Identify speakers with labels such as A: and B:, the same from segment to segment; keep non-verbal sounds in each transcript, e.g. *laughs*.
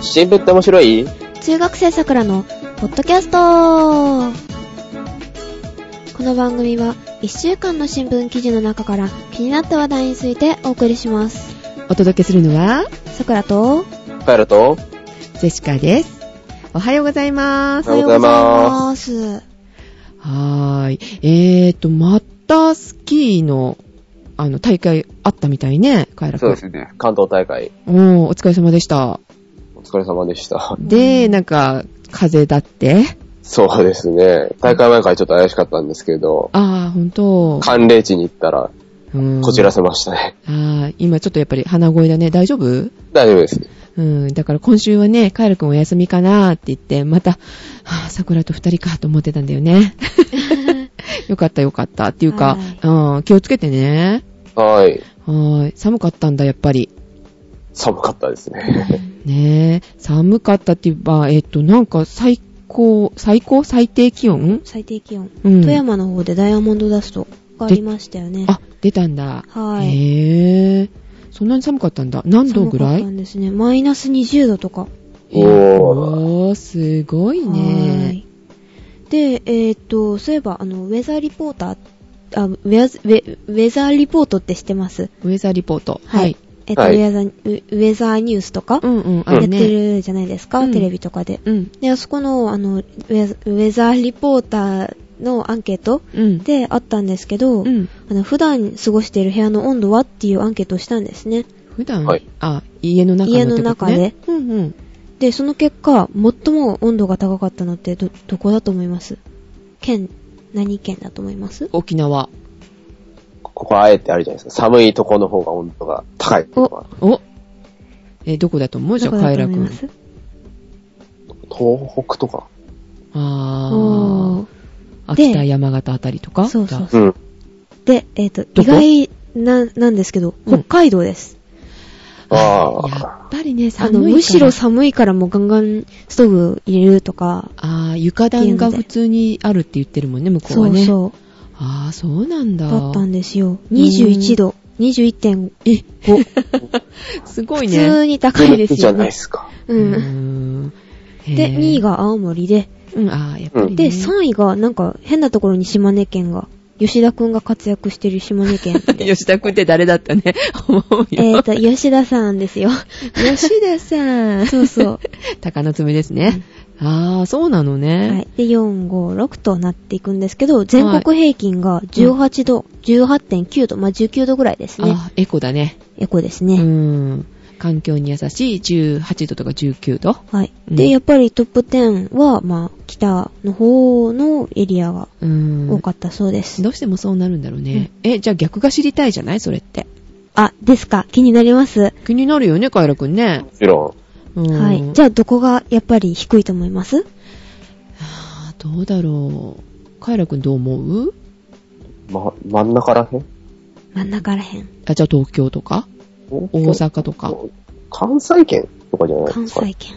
A: 新聞って面白い
B: 中学生さくらのポッドキャストこの番組は1週間の新聞記事の中から気になった話題についてお送りします
C: お届けするのは、
B: さくらと
A: カエルと、
C: ジェシカです。おはようございます。
A: おはようございます
C: はーい。えーと、またスキーの、あの、大会あったみたいね、カエラ
A: そう
C: 君
A: で。すね。 *laughs* 関東大会、
C: うん、お疲れ様でした。
A: お疲れ様でした。 *laughs*
C: で、なんか、風邪だって。
A: そうですね。大会前からちょっと怪しかったんですけど、
C: あー、ほんと。
A: 寒冷地に行ったら、
C: うん
A: こじらせましたね。
C: あー、今ちょっとやっぱり鼻声だね。大丈夫
A: 大丈夫です。
C: うん、だから今週はね、カエラくんお休みかなーって言って、また、はぁ、桜と二人かと思ってたんだ
B: *laughs*
C: よね。よかったよかった。っていうか、うん、気をつけてね。
A: はい。
C: はーい。寒かったんだ、やっぱり。
A: 寒かったですね。
C: ねえ、寒かったって言えば、えっと、なんか最高、最高最低気温
B: 最低気温、
C: うん。
B: 富山の方でダイヤモンドダストがありましたよね
C: あ、出たんだ。
B: はい
C: へえ。そんなに寒かったんだ。何度ぐら
B: 寒かった
C: い
B: んですねマイナス20度とか
A: *laughs* お
C: えー
A: ー。
C: おー、すごい
B: はー
C: ね。
B: いで、えーっと、そういえば、あの、ウェザーリポーター、あ、ウェザウェウェザーリポートって知ってます
C: ウェザーリポート。
B: はい
C: はい。
B: えっと、
A: はい
B: ウェザー、ウウェザーニュースとか、
C: うんうん、あ
B: やっ
C: るね。
B: てるじゃないですか、
C: うん
B: テレビとかで。
C: うん。
B: で、あそこの、あの、ウェザウェザーリポーターのアンケート
C: うん。
B: であったんですけど、
C: うん。
B: あの普段過ごしている部屋の温度はっていうアンケートをしたんですね。
C: 普段、
A: はい
C: あ、家の中のってこと、ね、
B: 家の中で。
C: うんうん。
B: で、その結果、最も温度が高かったのってど、どこだと思います県、何県だと思います
C: 沖縄。
A: ここはあえてあるじゃないですか。寒いとこの方が温度が高いっていうのは。
C: おえ、どこだと思うじゃあ、
B: どこ
C: カ
B: だ
C: エ
B: と
C: ラ
B: 思い
C: 君
B: ま。す
A: 東北とか。
C: あ
B: お
C: ー。秋田、山形あたりとか
B: そうそう
C: じゃ
A: うん。
B: ーで、えっ、と、
C: ど
B: 意
C: こ
B: 外な、なんですけど、
C: うん
B: 北海道です。
A: あ
C: あや
A: あ。
C: っぱりね、
B: あ
C: 寒いか
B: の、
C: ら。
B: むしろ寒いからもうガンガンストーブ入れるとか、
C: あー床暖が普通にあるって言ってるもんね、向こう
B: そ
C: は
B: う
C: ね。
B: そう、
C: ああ、そうなんだ。
B: だったんですよ。
C: うん
B: 21度、21.5。
C: え、お、すごい
B: 普
C: ね。
B: 通に高いです
A: じゃ
B: よ
A: ないで
B: ね。
A: すか。
B: う。
C: うんん。
B: で、2位
C: が。
B: が青森で、
C: うん、ああ、やっぱり、ね。
B: で、3位が、なんか、変なところに島根県が、吉田くんが活躍してる島根県で。
C: *laughs* *laughs* 吉田くんって誰だったね。思うよ。
B: えっと、吉田さんですよ。
C: *laughs* 吉田さん。
B: そうそう。
C: *laughs* 鷹の爪ですね。ああ、そうなのね。
B: はい。で、4、5、6となっていくんですけど、全国平均が18度、18.9度、まあ、19度ぐらいですね。
C: あーエコだね。
B: エコです
C: う
B: ね。
C: ん。環境に優しい18度とか19度。
B: はい。
C: うん
B: で、やっぱりトップ10は、まあ、北の方のエリアが
C: うん。
B: 多かったそうです。
C: どうしてもそうなるんだろうね。え、じゃあ逆が知りたいじゃないそれって。
B: あ、ですか。気になります。
C: 気になるよね、カエラくんね
A: も。ちろ。
C: うん。
B: はい。じゃあ、どこがやっぱり低いと思います
C: あーどうだろう。カエラくんどう思うん
A: ま、真ん中らへん
B: 真ん中らへん。
C: あ、じゃあ東京とか
A: 大
C: 大阪とか。
A: 関西圏とかじゃない
B: 関
A: ですか。
B: 西圏。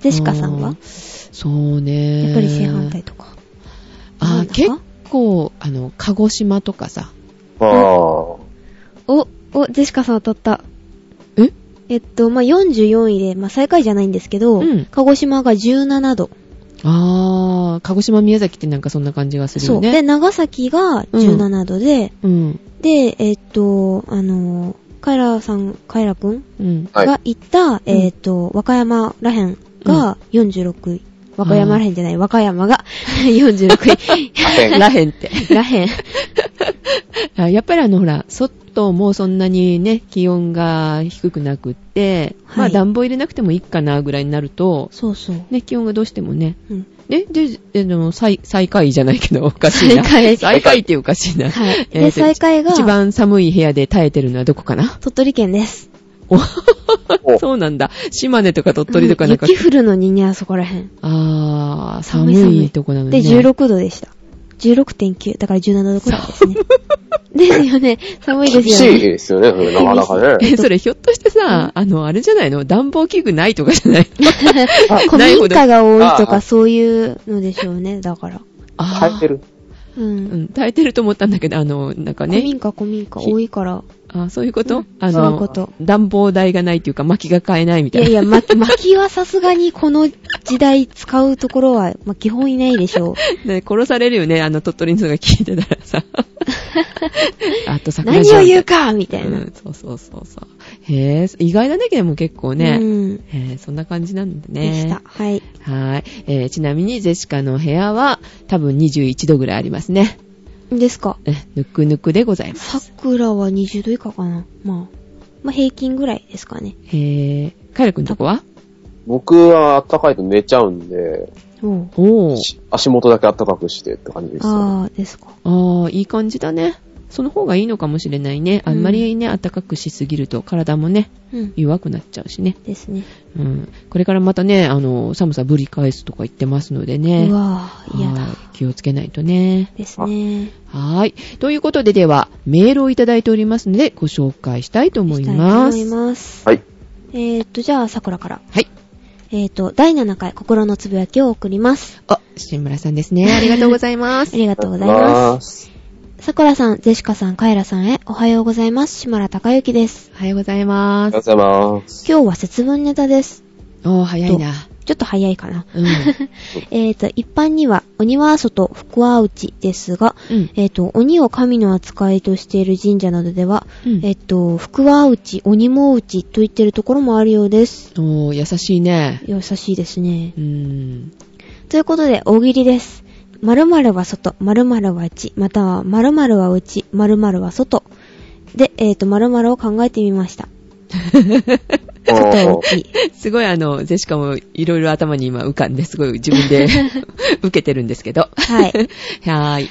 B: ジェシカさん
C: あ
B: は
C: ーそうね。
B: やっぱり正反対とか。
C: あー、
B: 真ん
C: 結
B: 中
C: 構、あの、鹿児島とかさ。
A: あ
B: お、お、ジェシカさん当たった。
C: え
B: えっと、まあ、44位で、まあ、最下位じゃないんですけど、
C: うん
B: 鹿児島が17度。
C: あー、鹿児島、宮崎ってなんかそんな感じがする
B: そ
C: よ
B: う。で、
C: ね。
B: 長崎が17度で、
C: そう。うん。
B: で、えっと、あの、カイラさん、カイラくん
C: うん。
A: あ。はい。
B: が行った、えっと、和歌山らへんが46位。和歌山らへんじゃない、和歌山が *laughs* 46位。
A: らへん
C: らへんって。
B: らへん。
C: *laughs* あやっぱりあの、ほら、外もそんなにね、気温が低くなくって、ま
B: は
C: あ
B: い
C: 暖房入れなくてもいいかなぐらいになると、
B: そうそう。
C: ね、気温がどうしてもね。
B: うん。
C: で、で、えの、最、最下位じゃないけど、お *laughs* かしいな。
B: 最下位
C: 最下位っておかしいな。
B: はい。
C: えー
B: で、最下位が、
C: 一番寒い部屋で耐えてるのはどこかな
B: 鳥取県です。
C: お *laughs*
A: お
C: そうなんだ。島根とか鳥取とかなんか
B: うん、雪降るのにね、あそこらへん。
C: あー、
B: 寒
C: 寒
B: い
C: いとこなの
B: で、
C: ね。
B: 16度でした。16.9、だから17度くらいですね。
C: *laughs*
B: ですよね。寒いで
A: 厳
B: す
A: し
B: よ
A: い
B: ね。
A: ですよね、なかなかね。
C: え、それひょっとしてさ、あの、あれじゃないの暖房器具ないとかじ
B: *laughs*
C: ゃないの
B: 古民家が多いと
A: あ
B: か
A: あ
B: そういうのでしょうね、だから。
C: あー
A: 変えてる。
B: う。
C: うんん、耐えてると思ったんだけど、あの、なんか
B: 古
C: ね、
B: 民家、古民家多いから。
C: ああそういうこと、
B: うん
C: あ
B: そういうこと
C: 暖房代がないというか、薪が買えないみ
B: い
C: たい
B: や
C: な。
B: いや、ま、薪はさすがにこの時代使うところは、ま、基本いないでし
C: *laughs*
B: ょう。
C: ね、殺されるよね、あの鳥取の人が聞いてたら
B: *laughs*
C: さ。あと桜
B: 何
C: 島
B: を言う
C: み
B: かみた
C: たい
B: い
C: な。う
B: な。
C: ん、そうそうそうそう。へえ、意外だね、でも結構ね。
B: うん。
C: へえ、そんな感じなんだね。
B: でした。はい。
C: はい。えーちなみに、ジェシカの部屋は、多分21度ぐらいありますね。
B: ですか。
C: え、ぬくぬくでございます。
B: 桜は20度以下かな。まあ。まあ、平均ぐらいですかね。
C: へえ、カエルくんとこは
A: 僕は暖かいと寝ちゃうんで、
B: おう。
C: おー。
A: し足元だけ暖かくしてって感じですよ、ね。
B: あー、ですか。
C: ああ、いい感じだね。その方がいいのかもしれないね。あんまりね、暖かくしすぎると体もね、
B: うん。
C: 弱くなっちゃうしね。
B: ですね。
C: うん。これからまたね、あの、寒さぶり返すとか言ってますのでね。
B: うわー、嫌だ
C: は。い気をつけないとね。
B: ですね。
C: はーい。ということで、では、メールをいただいておりますので、ご紹介したいと思い
B: したい
C: ま
B: と
C: す。
B: 思います。
A: はい。
B: えーっと、じゃあ、桜から。
C: はい。
B: えーっと、第7回、心のつぶやきを送ります。
C: あ、新村さんです *laughs* ね。ありがとうございま
B: あ
C: す。
B: りがとうございます。
A: す。
B: 桜さん、ジェシカさん、カエラさんへ、おはようございます。島村隆之です。
C: *laughs* おはようございま
A: ありが
C: す。
A: とうございます。
B: 今日は節分ネタです。
C: おー、早いな。
B: ちょっと早いかな。
C: うん。
B: えーっと、一般には、鬼は外、福は内ですが、
C: うん。
B: えーっと、鬼を神の扱いとしている神社などでは、
C: *laughs* うん
B: えっと、福は内、鬼も内と言ってるところもあるようです。
C: おー、優しいね。
B: 優しいですね
C: う。ん。
B: ということで、大喜利です。〇〇は外、〇〇は内、または〇〇は内、〇〇は外。で、えっ、と、〇〇を考えてみました。
A: お
B: 外
A: ー
B: 内。
C: すごいあの、ゼシカもいろいろ頭に今浮かんで、すごい自分 *laughs* で受けてるんですけど。
B: はい。
C: *laughs* はーい。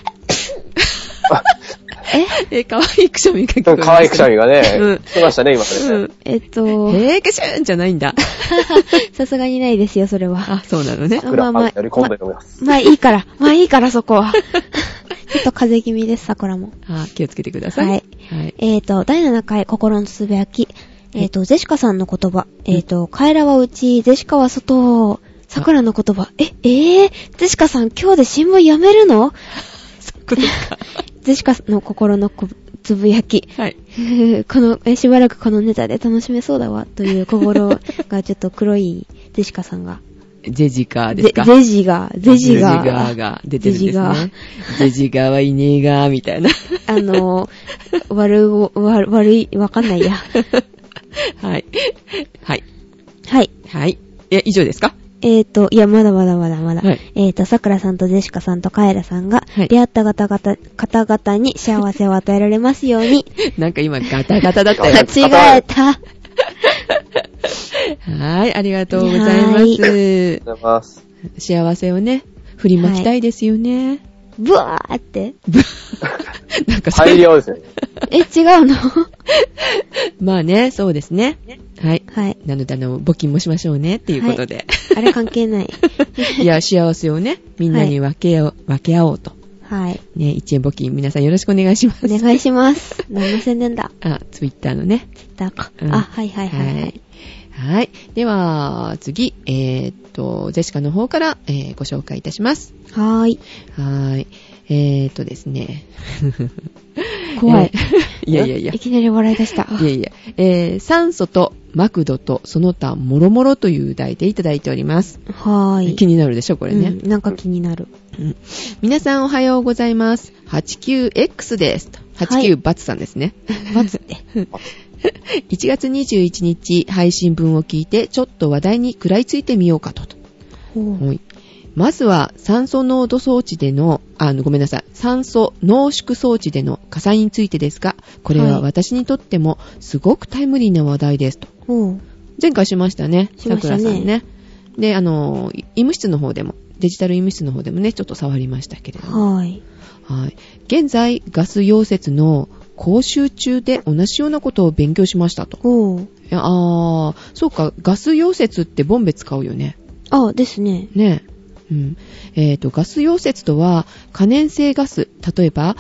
B: え
C: え、かわいいくしゃみが聞こえました
A: かわいくしゃみがね、
C: うん
A: 来ましたね、今ね。
C: うん。
B: *laughs* えっ、と、
C: えー、くしゅーんじゃないん *laughs* だ。
B: *laughs* さすがにないですよ、それは。
C: あ、そうなのね。
B: あ
A: 桜
B: まあま
A: ま
B: あ
A: で乗り込んでおります。
B: まあいいから、まあいいから、そこは。ちょっと風邪気味です、桜も。
C: あ、気をつけてください。
B: はい。
C: はい。
B: えーと、第7回心のつぶやき。えーと、ゼシカさんの言葉。えーと、カエラはうち、ゼシカは外。桜の言葉。え、えー、ゼシカさん今日で新聞やめるの
C: そうか。
B: ゼシカの心のこつぶやき。 *laughs*
C: はい。
B: この、えしばらくこのネタで楽しめそうだわ、という心がちょっと黒いゼシカさんが。
C: ジェジカーで
B: ゼ
C: すか
B: ゼジが、ゼジが、
C: ジガーが出てるんで
B: ゼジ
C: す
B: ガ
C: ね。ジェジガーはいねえがー、み *laughs* たいな。
B: あの、 *laughs* 悪い、悪悪い、わかんないや。
C: *laughs* はい。はい。
B: はい。
C: はい。え、以上ですか
B: えーと、いや、まだまだまだまだ。
C: はい
B: えーと、桜さんとジェシカさんとカエラさんが、
C: はい
B: 出会った方々、方々に幸せを与えられますよう
C: *laughs*
B: に。
C: なんか今ガタガタだったよ
B: 間。違えた。
C: はい、ありがとうございます。
A: ありがとうございます。
C: 幸せをね、振りまきたいですよね。
B: ブワーって。
C: なんかそう
A: 大量ですね。
B: え、違うの *laughs*
C: まあね、そうですね。はい。
B: はい。
C: なので、あの、募金もしましょうね、っていうことで。
B: あれ関係ない。
C: *laughs* い、や、幸せをね、みんなに分け合おう、分け合おうと。
B: はい。
C: ね、1円募金、皆さんよろしくお願いします。
B: お願いします。何の宣伝だ。
C: あ、ツイッターのね。
B: ツイッターか。
C: うん
B: あ、はいはいはい。はい。。
C: はい。では、次、えーっと、ジェシカの方から、えーご紹介いたします。
B: はーい。
C: はーい。えーっとですね。
B: *laughs* 怖い。
C: *laughs* えー。いやいやいや
B: い。きなり笑い出した。
C: いえいえ、えー酸素とマクドとその他もろもろという題でいただいております。
B: はーい。
C: 気になるでしょ、これね、
B: うんなんか気になる。
C: うん皆さんおはようございます。89X です。
B: はい
C: 89バツさんですね。
B: バ
C: *laughs*
B: ツって。
C: 1月21日配信分を聞いて、ちょっと話題に食らいついてみようかと。
B: ほう
C: はいまずは酸素濃度装置での、あの、ごめんなさい、酸素濃縮装置での火災についてですが、これ
B: は
C: はい私にとってもすごくタイムリーな話題ですと。
B: ほう。
C: 前回しましたね、
B: しまし
C: さく
B: たね
C: らさんね。で、あの、医務室の方でも、デジタル医務室の方でもね、ちょっと触りましたけれども。
B: はーい。
C: はい。現在、ガス溶接の講習中で同じようなことを勉強しましたと。
B: ほう。
C: いやあー、そうか、ガス溶接ってボンベ使うよね。
B: あ、ですね。
C: ねえ。うん。えっ、と、ガス溶接とは、可燃性ガス、例えば、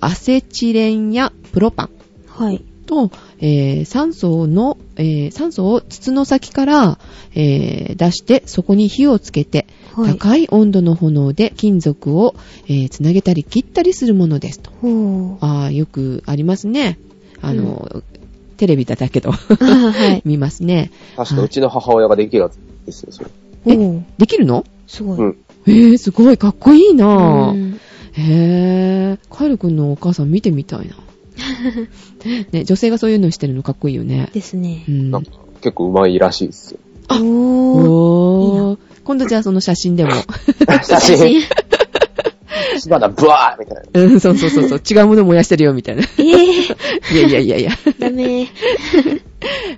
C: アセチレンやプロパン
B: はい。
C: と、えー酸素の、えー酸素を筒の先から、えー出して、そこに火をつけて、
B: はい。
C: 高い温度の炎で金属を、えーつなげたり切ったりするものですと。
B: ほう。
C: ああ、よくありますね。あの、テレビだだけど、
B: あー *laughs* はい。
C: *laughs* 見ますね。
A: 確かうちの母親ができるやつですよ、それ。
B: お
C: え
B: ー
C: できるの
B: すごい。
A: うん
C: えー、すごい、かっこいいな
B: う
C: ぁ。
B: ん
C: へぇー。カエル君のお母さん見てみたいな。ね、女性がそういうのしてるのかっこいいよね。
B: *laughs* ですね
C: う。ん
A: なん。か結構うまいらしいですよ。
B: おー。
C: おー。今度じゃあその写真でも。
A: 写 *laughs* 真、火花ブワーみたいな。
C: *laughs* うん、そうそうそうそう。違うもの燃やしてるよ、み *laughs* たいな。い
B: ええ
C: やいやいやいや。
B: ダメ。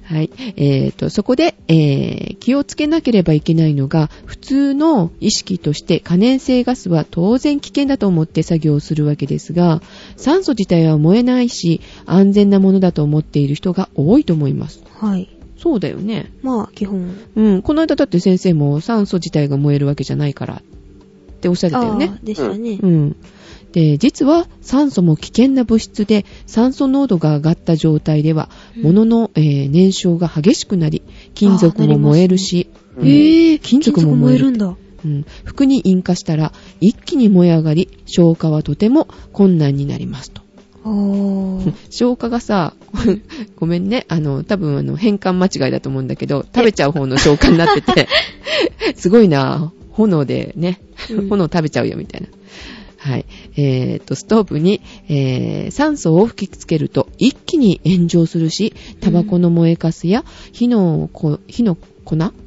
C: はい。えっ、と、そこで、えー、気をつけなければいけないのが、普通の意識として可燃性ガスは当然危険だと思って作業をするわけですが、酸素自体は燃えないし、安全なものだと思っている人が多いと思います。
B: はい。
C: そうだよね。
B: まあ、基本。
C: うん。この間だって先生も酸素自体が燃えるわけじゃないからっておっしゃってたよね
B: あ。あ、でしたね
C: う。ん。で、実は酸素も危険な物質で、酸素濃度が上がった状態では、
B: うん
C: 物の、えー燃焼が激しくなり、金属
B: あーなりま
C: も
B: すね
C: 燃えるし、
A: うん
B: へえ
C: 金属も燃える
B: 金属
C: うん、服に引火したら、一気に燃え上がり、消火はとても困難になりますと。
B: 燃えるんだ。
C: *laughs* 消火がさ、ごめんね、あの、多分あの、変換間違いだと思うんだけど、食べちゃう方の消火になって
B: *laughs*
C: て、すごいな、炎でね、
B: うん
C: 炎食べちゃうよみたいな。はい。えー、と、ストーブに、えー酸素を吹きつけると一気に炎上するし、タバコの燃えかすや火の粉、火の粉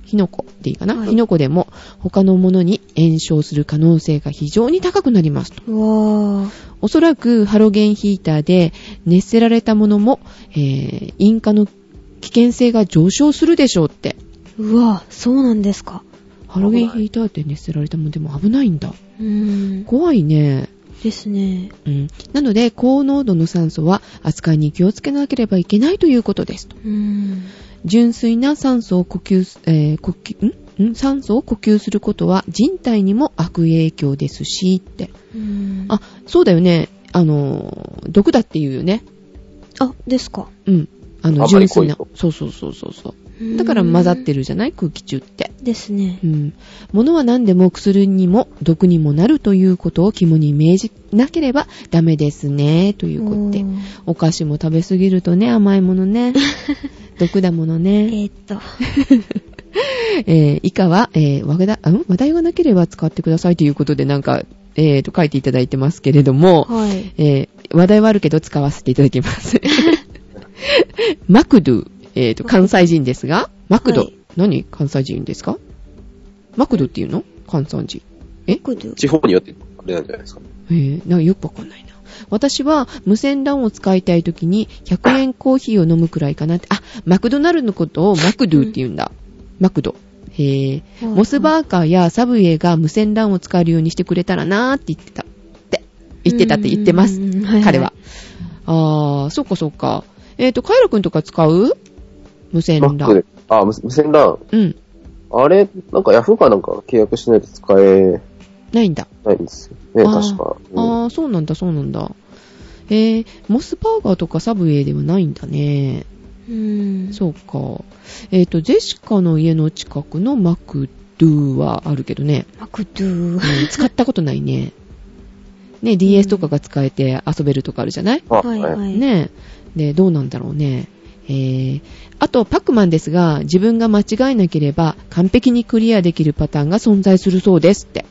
C: 火の粉でいいかな、
B: はい
C: 火の粉でも他のものに炎症する可能性が非常に高くなりますと。
B: あー。わー。
C: おそらくハロゲンヒーターで熱せられたものも、えー、引火の危険性が上昇するでしょうって。
B: うわそうなんですか。
C: ハロゲンヒーターで熱せられたものでも危ないんだ。
B: うーん。
C: 怖いね。
B: ですね。
C: うん。なので、高濃度の酸素は扱いに気をつけなければいけないということですと。
B: うーん。
C: 純粋な酸素を呼吸す、えー呼吸、んん酸素を呼吸することは人体にも悪影響ですし、って。
B: うーん
C: あ、そうだよね。あのー、毒だっていうよね。
B: あ、ですか。
C: うん。あの、
A: あんま
C: 純
A: り濃
C: 粋
A: い
C: な
A: と。
C: そうそうそうそうそう。だから混ざってるじゃない空気中って。
B: る。ですね
C: う。ん。物は何でも薬にも毒にもなるということを肝に銘じなければダメですね、ということで
B: お。ー
C: お菓子も食べすぎるとね、甘いも
A: *laughs*
C: のね。毒だもの
B: え
C: ね。
B: ーっと。
C: えー以下は、えー話題うん話題がなければ使ってくださいということで、なんか、えーと、書いていただいてますけれども、
B: はい。
C: えー話題はあるけど使わせていただき *laughs* ます。マクドゥ、えーと、関西人ですが、マクド、
B: はい
C: 何関西人ですかマクドっていうの関西人。え
B: クドゥ
A: 地方によってあれなんじゃないですか。
C: えー、なんかよくわかんないな。私は無線 LAN を使いたいときに100円コーヒーを飲むくらいかなって。あ、マクドナルドのことをマクドゥって言うんだ。マクド。へぇ。
B: はい
C: モスバーガーやサブウェイが無線 LAN を使えるようにしてくれたらなーって言ってた。って。言ってたって言ってます。
B: うんうんうんはいはい
C: 彼は。あー、そっかそっか。えっ、と、カイロくんとか使う無線
A: マ
C: LAN。
A: ックで、あ、無無線 LAN。
C: うん。
A: あれ、なんかヤフーかなんか契約しないと使え
C: ないんだ。
A: ないんですよね、
C: あ
A: 確
C: ー
A: か。うん
C: あー、そうなんだ、そうなんだ。えー、モスバーガーとかサブウェイではないんだね。
B: うーん。
C: そうか。えっ、と、ジェシカの家の近くのマクドゥはあるけどね。
B: マクドゥ
C: う。ん使ったことないね。ね、DS とかが使えて遊べるとかあるじゃない
A: あ
B: はい
A: はい
B: はい。。
C: ねで、どうなんだろうね。えー、あと、パックマンですが、自分が間違えなければ完璧にクリアできるパターンが存在するそうですって。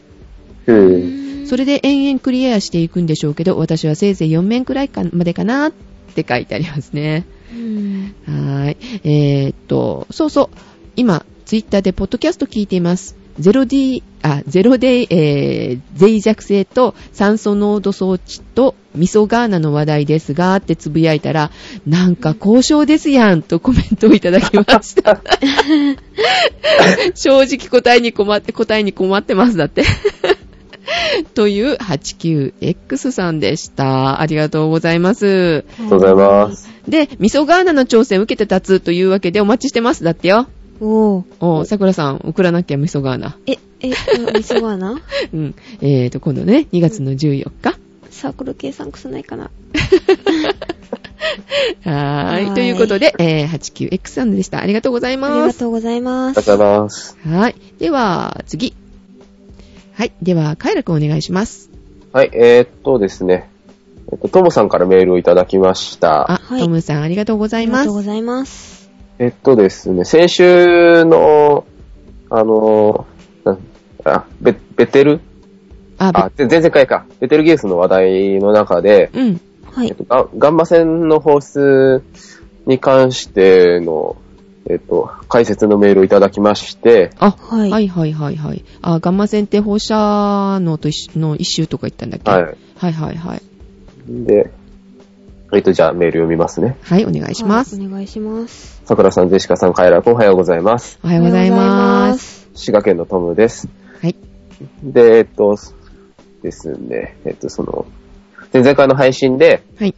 A: う
B: うんーん
C: それで延々クリアしていくんでしょうけど、私はせいぜい4面くらいかまでかなって書いてありますね。
B: うん
C: はーい。えーっと、そうそう。今、ツイッターでポッドキャスト聞いています。0D、あ、0で、えー、脆弱性と酸素濃度装置と味噌ガーナの話題ですが、ってつぶやいたら、なんか交渉ですやんとコメントをいただきました。正直答えに困って、答えに困ってます、だって。という 89X さんでした。ありがとうございます。
A: ありがとうございます。
C: で、味噌ガーナの挑戦を受けて立つというわけでお待ちしてます。だってよ。
B: おー。
C: おう、桜さん、送らなきゃ味噌ガーナ。 *laughs*
B: え、え、ミソガーナ
C: うん。えーと、今度ね、2月の14日。
B: サークル計算くさないかな
C: はー。
B: はいい
C: ということで、えー、89X さんでした。ありがとうござい
B: あり
C: ま
B: が
C: す。
B: とうございま
A: ありが
B: す。
A: とうございます。
C: はい。では、次。はい。では、カイラくんお願いします。
A: はい、えー、っとですね。ええっと、ともさんからメールをいただきました。
C: あ、
B: はい
C: トムさんありがとうござ
B: あ
C: い
B: り
C: ま
B: が
C: す
B: とう。ございます。
A: えっとですね、先週の、あの、なんあ、ベ、ベテル
C: あ、
A: あ、ぜ前々回か。ベテルギウスの話題の中で、
C: べうん。
B: は
A: えっ
B: い。
A: と、ガガンマ線の放出に関しての、えっと、解説のメールをいただきまして、
C: あ、
B: はい
C: はいはいはいはい。あ、ガンマ線って放射能と一緒の一周とか言ったんだっけ、
A: はい。
C: はいはいはい。
A: で、えっと、じゃあメール読みますね。
C: はい、お願いします。
B: はいお願いします。
A: 桜さん、ジェシカさん、カイラ君、おはようございます。
C: おはようございま
B: お
C: す。
B: はようござい
A: 滋賀県のトムです。
C: はい。
A: で、えっと、ですね、えっと、その、前々回の配信で、
C: はい。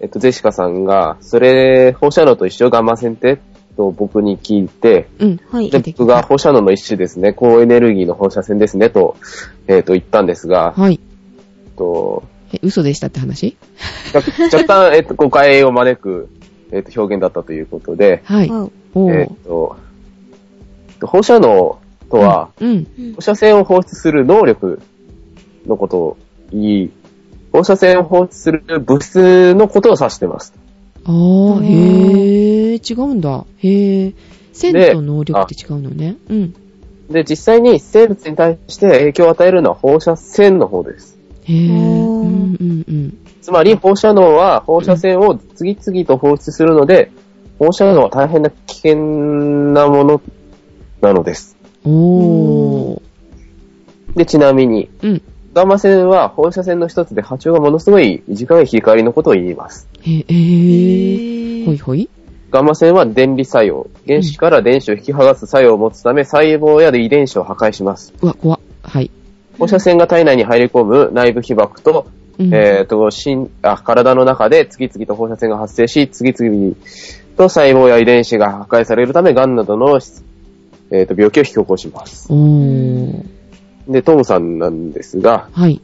A: えっと、ジェシカさんが、それ、放射能と一緒ガンマ線ってと僕に聞いて、
C: うん。
B: ます。はい
A: で、。
C: てきた
A: 僕が放射能の一種ですね、高エネルギーの放射線ですね、と、えっと、言ったんですが、
C: はい。
A: えっと、
C: え、嘘でしたって話
A: 若若干、えっと、誤解を招く、えっと、表現だったということで、
C: はい。
B: わお
C: お
A: えっ
C: ー。
A: と、放射能とは、
C: うん。
B: うん
A: 放射線を放出する能力のことを言い、放射線を放出する物質のことを指してます。
C: あー、へー、違うんだ。へー。線
A: で
C: と能力って違うのね。うん。
A: で、実際に生物に対して影響を与えるのは放射線の方です。
C: へー。
B: おー
C: うんうんうん。
A: つまり放射能は放射線を次々と放出するので、放射能は大変な危険なものなのです。
C: おー。
A: で、ちなみに、
C: うん。
A: ガンマ線は放射線の一つで波長がものすごい短い光のことを言います。
C: へー。へー。
B: へ
C: ほい
B: ー
C: ほい。
A: ガンマ線は電離作用。原子から電子を引き剥がす作用を持つため、細胞や遺伝子を破壊します。
C: うわ、怖っ。はい。
A: 放射線が体内に入り込む内部被曝と、
C: うん。
A: えっ、と、心あ、体の中で次々と放射線が発生し、次々と細胞や遺伝子が破壊されるため、ガンなどの、えーと病気を引き起こします。
C: おー。
A: で、トムさんなんですが、
C: はい。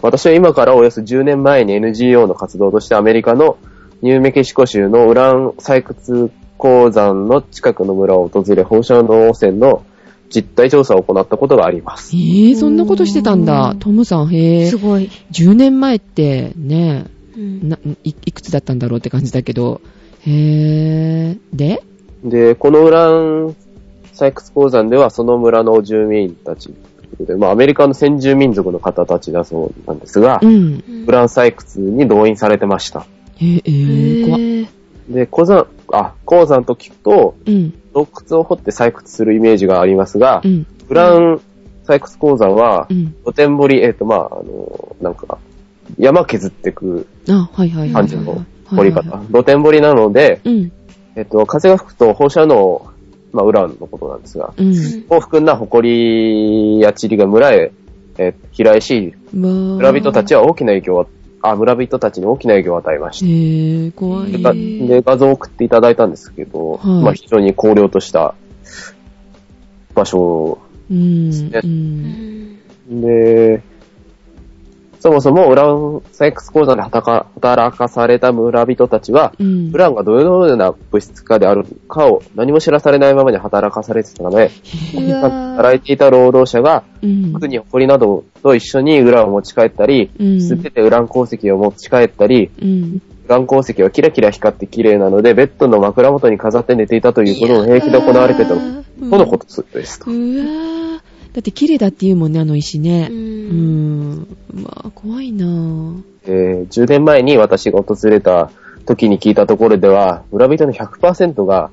A: 私は今からおよそ10年前に NGO の活動としてアメリカのニューメキシコ州のウラン採掘鉱山の近くの村を訪れ放射能汚染の実態調査を行ったことがあります。
C: ええそんなことしてたんだ
B: う。ん
C: トムさん、へえ
B: す。ごい。
C: 10年前って、ね
B: うん
C: な、い、いくつだったんだろうって感じだけど。へえ。で
A: で、このウラン採掘鉱山ではその村の住民たち、でまあ、アメリカの先住民族の方たちだそうなんですが
C: う、ん。
B: うん
A: ウラン採掘に動員されてました。
C: へええ
B: へ
C: ー、怖っ。
B: ー
A: で、鉱山、あ、鉱山と聞くと、
C: うん。
A: 洞窟を掘って採掘するイメージがありますが
C: う、ん。
A: ウラン採掘鉱山は
C: う、ん。
A: 露天掘り、えっ、と、まあ、あの、なんか、山削ってく
C: あ、はいはいはいはい。
A: 感じの掘り
C: はいはい
A: 方
C: は。
A: 露天掘りなので、
C: い。うん。
A: えっ、と、風が吹くと放射能、まあ、ウランのことなんですが、
C: うん。
A: 幸福な埃や塵が村へ、えー飛来し、
C: うわ
A: 村人たちは大きな影響を、あ、村人たちに大きな影響を与えまし
C: へ
A: た。
C: え怖
B: へ
A: で
C: い。
B: ー
A: がで、画像を送っていただいたんですけど、
C: はい
A: まあ、非常に荒涼とした場所
C: うん。
A: ね
C: うん。
A: で、そもそもウラン採掘鉱山で働か働かされた村人たちは、
C: うん
A: ウ。ランがどのような物質かであるかを何も知らされないままに働かされてたので、
B: うわー
A: 働いていた労働者が、
C: うん。
A: 服に埃などと一緒にウランを持ち帰ったり、
C: うん
A: 捨ててウラン鉱石を持ち帰ったり、
C: うん。
A: ウラン鉱石はキラキラ光って綺麗なので、ベッドの枕元に飾って寝ていたということも平気で行われてたと
C: うん
A: のことですと
C: う。わーだって綺麗だって言うもんね、あの石ね。う
B: うん
C: ん。うわ怖いなぁ。
A: えー10年前に私が訪れた時に聞いたところでは、村人の100%が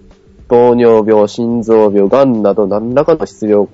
A: 糖尿病、心臓病、癌など何らかの失病を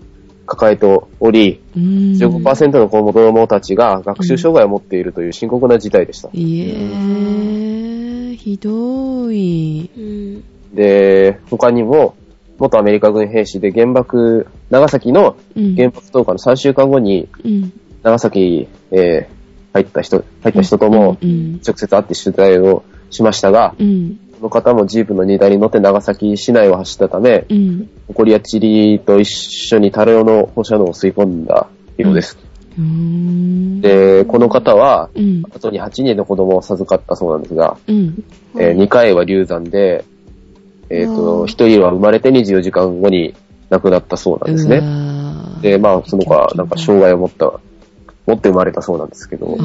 A: 抱えており、
C: うーん。
A: 15%の子供たちが学習障害を持っているという深刻な事態でした。
C: いえー、ひどい。
B: うん
A: で、他にも、元アメリカ軍兵士で原爆、長崎の
C: うん。
A: 原爆投下の3週間後に、
C: うん。
A: 長崎、えー入った人、入った人とも
C: うん。
A: 直接会って取材をしましたが、
C: うん。
A: この方もジープの荷台に乗って長崎市内を走ったため、
C: うん。
A: 埃や塵と一緒に多量の放射能を吸い込んだようです。
C: うーん。
A: で、この方は、
C: うん。
A: 後に8人の子供を授かったそうなんですが、
C: うん。
A: え2回は流産で、えっ、
B: う
A: と、
B: ん
A: 1人は生まれて24時間後に亡くなったそうなんです
C: う
A: ね。
C: わー
A: で、まあ、その子はなんか障害を持った、持って生まれたそうなんですけど
C: あ、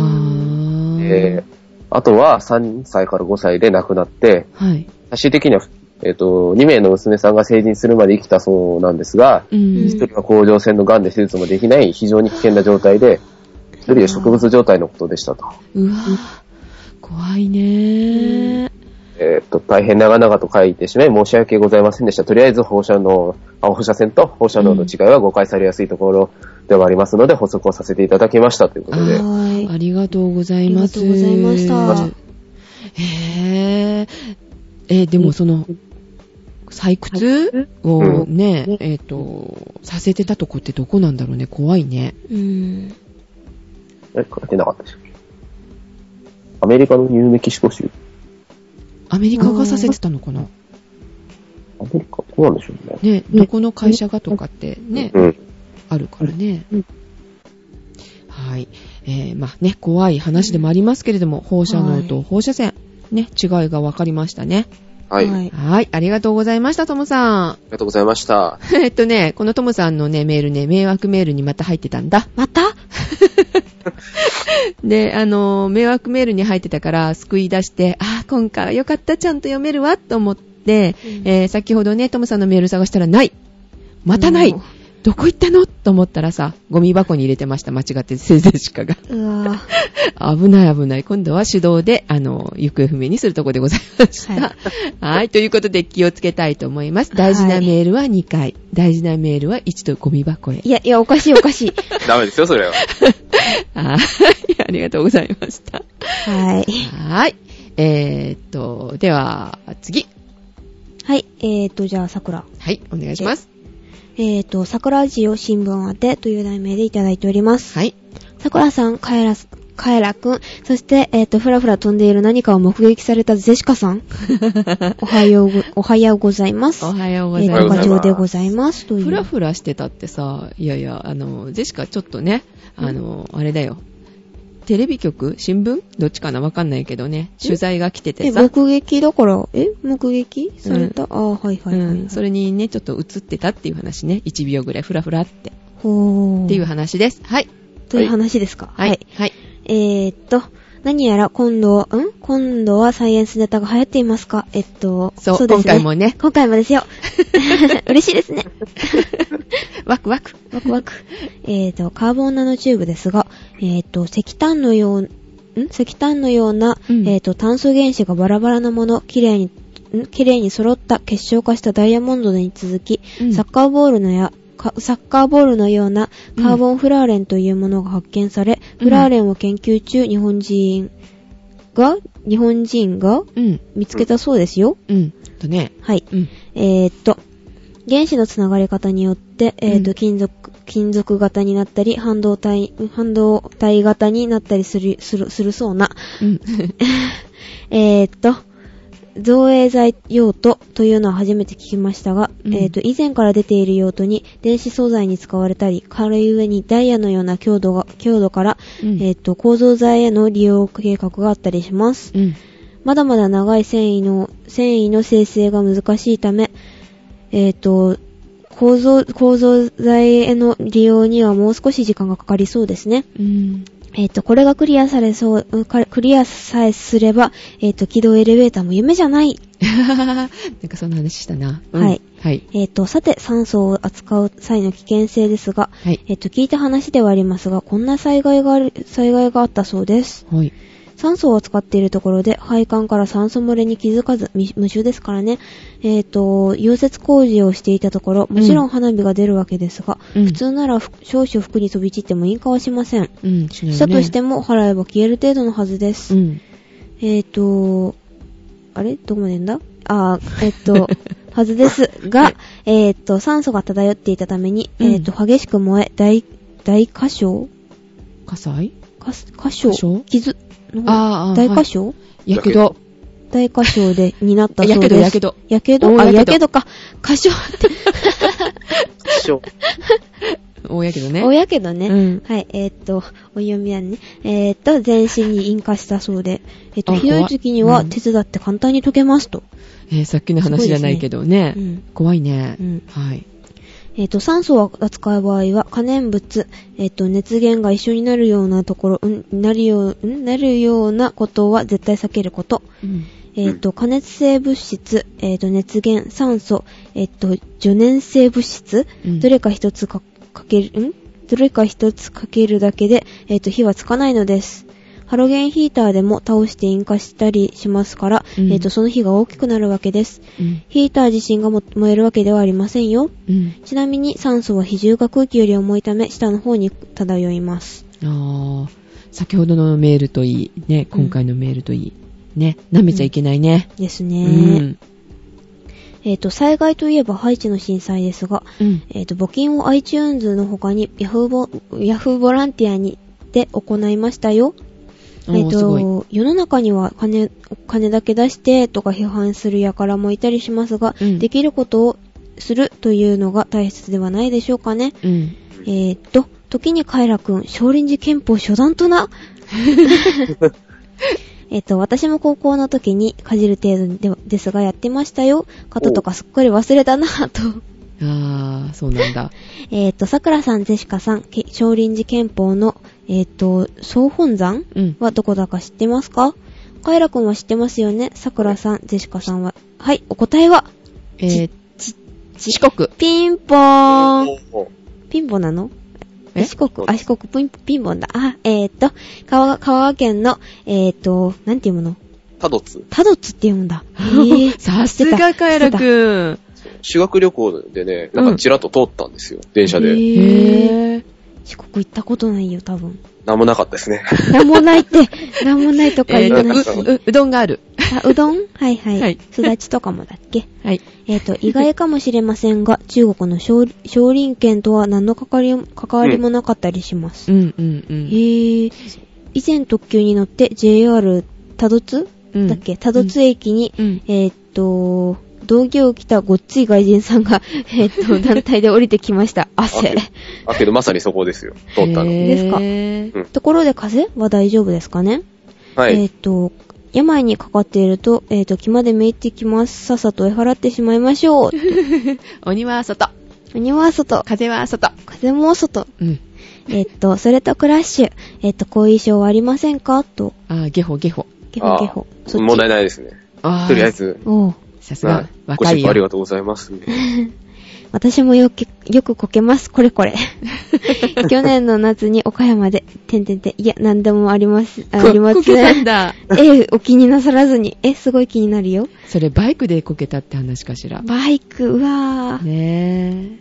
C: ー
A: えあとは3歳から5歳で亡くなって、
C: はい。
A: 最終的には、えっ、と、2名の娘さんが成人するまで生きたそうなんですが、
C: う
B: うん
C: ん。
A: 1人は甲状腺の癌で手術もできない非常に危険な状態で、1人は植物状態のことでしたと。
C: うわぁ、怖いねー
A: えっ、と、大変長々と書いてしまい申し訳ございませんでした。とりあえず放射能、あ放射線と放射能の違いは誤解されやすいところではありますので、補足をさせていただきましたということで。
C: あ
B: はい。
C: ありがとうございます。
B: ありがとうございました
C: へぇえーでもその、採掘をね、
D: うん
C: えっ、と、させてたとこってどこなんだろうね。怖いね。
B: うん。
A: え、書いてなかったでしょアメリカのニューメキシコ州。
C: アメリカがさせてたのかな
A: アメリカ、どうなんでしょうね。
C: ね、どこの会社がとかってね、
A: うん。
C: あるからね
D: うん。
C: はい。えー、まあね、怖い話でもありますけれども、放射能と放射線、ね、違いが分かりましたね。
A: はい。あり
C: はい。ありがとうございました、ともさん。 *laughs*
A: がとうございました。
C: えっとね、このトムさんのね、メールね、迷惑メールにまた入ってたんだ。
B: また
C: で、あのー迷惑メールに入ってたから、救い出して、あー、今回はよかった、ちゃんと読めるわ、と思って、えー、先ほどね、トムさんのメール探したら、ないまたない、
B: うん
C: どこ行ったのと思ったらさ、ゴミ箱に入れてました、間違って、先生しかが。
B: うわぁ。
C: *laughs* 危ない危ない。今度は手動で、あの、行方不明にするとこでございました。は。
B: はい
C: ということで気をつけたいと思います。大事なメールは2回。大事なメールは一度ゴミ箱へ。
B: いや、いや、おかしいおか
C: *laughs*
B: しい。
A: ダメですよ、それは。
C: はい。あ *laughs* りがとうございました。
B: はい。
C: はい。えー、っと、では、次。
B: はい。えーと、じゃあ、桜。
C: はい。お願いします。
B: えーと、桜ジオ新聞宛てという題名でいただいております。
C: はい。
B: 桜さん、カエラ、カエラくん、そして、えーと、ふらふら飛んでいる何かを目撃されたゼシカ
C: *laughs*
B: さん。おはようご、おはようございます。
C: おはようござ
B: え
C: い
B: ーと、課
C: ま
A: おはようござい
B: 長でござ
C: す。
B: います。という。
C: ふらふらしてたってさ、いやいや、あの、ジェシカちょっとね、あの、あれだよ。テレビ局新聞どっちかなわかんないけどね。取材が来てて
B: え、
C: さ。
B: 目撃だから、え目撃された、ああ、はいはいはい、は
C: うん、
B: い。
C: それにね、ちょっと映ってたっていう話ね。1秒ぐらいフラフラって。
B: ほー。
C: っていう話です。はい。
B: という話ですか。
C: はい。はい。
B: えーっと、何やら今度、ん今度はサイエンスネタが流行っていますかえっと、
C: そう
B: ですね
C: 今回もね
B: 今回もです *laughs* よ。嬉しいですね。
C: ワクワク。
B: ワクワク。えーっと、カーボンナノチューブですが、えーっと、石炭のよう、ん石炭のような、
C: うん
B: えーっと、炭素原子がバラバラなもの、綺麗に、ん綺麗に揃った結晶化したダイヤモンドに続き、
C: うん
B: サッカーボールのや、かサッカーボールのようなカーボンフラーレンというものが発見され、
C: うん
B: フラーレンを研究中、日本人が、日本人が
C: うん。
B: 見つけたそうですよ。
C: うん。とね。
B: はい。
C: うん。
B: えー、っと、原子のつながり方によって、えーっと、
C: うん
B: 金属、金属型になったり、半導体、半導体型になったりする、する、するそうな、
C: うん。
B: えー、っと、造影剤用途というのは初めて聞きましたが、
C: うん
B: えー、っと、以前から出ている用途に電子素材に使われたり、軽い上にダイヤのような強度が、強度から、
C: うん
B: えー、っと、構造材への利用計画があったりします。
C: うん。
B: まだまだ長い繊維の、繊維の生成が難しいため、えー、っと、構造、構造材への利用にはもう少し時間がかかりそうですね。
C: うん。
B: えっ、と、これがクリアされそう、うんかクリアさえすれば、えっ、と、軌道エレベーターも夢じゃない。
C: なんかそんな話したな。うん
B: はい。
C: はい。
B: えっ、と、さて、酸素を扱う際の危険性ですが、
C: はい。
B: えっ、と、聞いた話ではありますが、こんな災害がある、災害があったそうです。
C: はい。
B: 酸素を扱っているところで、配管から酸素漏れに気づかず、み無臭ですからね。えっ、と、溶接工事をしていたところ、もちろん花火が出るわけですが、
C: うん
B: 普通ならふ少々服に飛び散っても引火はしません。
C: うん。しない
B: し
C: ね
B: たとしても、払えば消える程度のはずです。
C: うん。
B: えーと、あれどこまでんだあーえっ
C: *laughs*
B: と、はずですが、えっと、酸素が漂っていたために、
C: うん
B: えっと、激しく燃え、大、大火傷
C: 火災
B: 火火傷
C: 火傷
B: 傷
C: あーあー
B: 大火傷、
C: やけど。
B: 大火傷で、になったそうです。
C: やけど
B: やけど。
C: 大
B: あ、
C: やけど
B: やけどか。火傷って、
C: *laughs* 大やけどね。
B: おやけどね。
C: うん
B: はい、えっと、お読みやんね。えっと、全身に引火したそうで、えっと、
C: あ
B: ひどい時に
C: 怖
B: はい
C: うん
B: 手伝って簡単に溶けますと。
C: えーさっきの話じゃないけどね
B: うん。
C: 怖いね
B: う。ん
C: はい。
B: えっ、と、酸素を扱う場合は、可燃物、えっ、と、熱源が一緒になるようなところ、うん、なるよう、んなるようなことは絶対避けること。
C: うん
B: えっ、と、加熱性物質、えっ、と、熱源、酸素、えっ、と、除燃性物質、
C: うん
B: どれか一つかかける、んどれか一つかけるだけで、えっ、と、火はつかないのです。ハロゲンヒーターでも倒して引火したりしますから、
C: うん
B: えっ、と、その火が大きくなるわけです。
C: うん
B: ヒーター自身がも燃えるわけではありませんよ。
C: うん
B: ちなみに酸素は比重が空気より重いため下の方に漂います。
C: あー先ほどのメールといい、ね、今回のメールといい、ね、舐めちゃいけないね。
B: です
C: う
B: ね。
C: ん。
B: えっ、と、災害といえばハイチの震災ですが、
C: うん。
B: えっ、と、募金を iTunes の他に Yahoo ボ Yahoo ボランティアにで行いましたよ。
C: おー
B: えっ、
C: すごい。
B: と、世の中には金、金だけ出してとか批判する輩もいたりしますが、
C: うん
B: できることをするというのが大切ではないでしょうかね。
C: うん。
B: えーっと、時にカイラくん、少林寺憲法初段と
C: *laughs*
B: な。えっと、私も高校の時にかじる程度ではですがやってましたよ。肩とかすっかり忘れたなぁと。
C: あー、そうなんだ。
B: えーっと、桜さん、ジェシカさん、け少林寺憲法の、えーっと、総本山
C: うん。
B: はどこだか知ってますかカイラくんは知ってますよね桜さん、ジェシカさんは。はい、お答えは、
C: えー、四国。
B: ピンポーン
A: おー
B: ピンポンなの
C: え
B: 四国、あ、四国ピン、ピンポンだ。あ、えー、っと、川、香川県の、えー、っと、なんていうもの
A: タドツ。
B: タドツって読むん
C: *laughs*
B: だ。へぇ
C: さすがカエラくん。
A: 修学旅行でね、なんかちらっと通ったんですよ。電車で。
B: へぇ
C: へー。
B: 四国行ったことないよ、多分。
A: なんもなかったですね。
B: なんもないって、なんもないとか
C: え
B: 言わな
A: ー
B: い
A: と
B: し。
C: ー、う、う、うどんがある。
B: あ、 *laughs* うどんはいはい。
C: はい
B: すだちとかもだっけ
C: はい。
B: えっ、と、意外かもしれませ
C: *laughs*
B: んが、中国の少少林県とは何の関わりも、関わりもなかったりします。
C: うん、うん、うん。
B: へぇ以前特急に乗って JR 多度津
C: うん
B: だっけ、多度津駅に、
C: うん。
B: えーっと、同業を着たごっつい外人さんが、 *laughs* えーっ
C: *laughs*
B: と、団体で降りてきました。汗。
A: あ、けどまさにそこですよ。通ったの。
B: ですか
C: へー
B: ところで風邪は大丈夫ですかね、
A: は
B: えー
A: い
B: っ。と、病にかかっていると、えーっと、気までめいってきます。さっさと追い払ってしまいましょう。
C: 鬼は外。
B: 鬼は外。
C: 風は外。
B: 風も外。
C: うん。
B: えーっと、それとクラッシュ。えーっと、後遺症はありませんかと、
C: あー、ゲホ、ゲホ。
B: ゲホ
A: あ
B: ゲホ。
A: ー問題ないですね。
C: あー、
A: とりあえず、
B: おう
C: さす
A: は
C: が
A: い、ご
C: 若い
A: 心配あり
C: よ。
A: がとうございます。
B: 私もよけよくこけます。これこ
C: *laughs*
B: れ。去年の夏に岡山で、てんてんてん、いや、なんでもあります、あありま
C: こけたん
B: せん。
C: だ。
B: *laughs* ええ、お気になさらずに。え、すごい気になるよ。
C: それバイクでこけたって話かしら。
B: バイク、うわー。
C: ね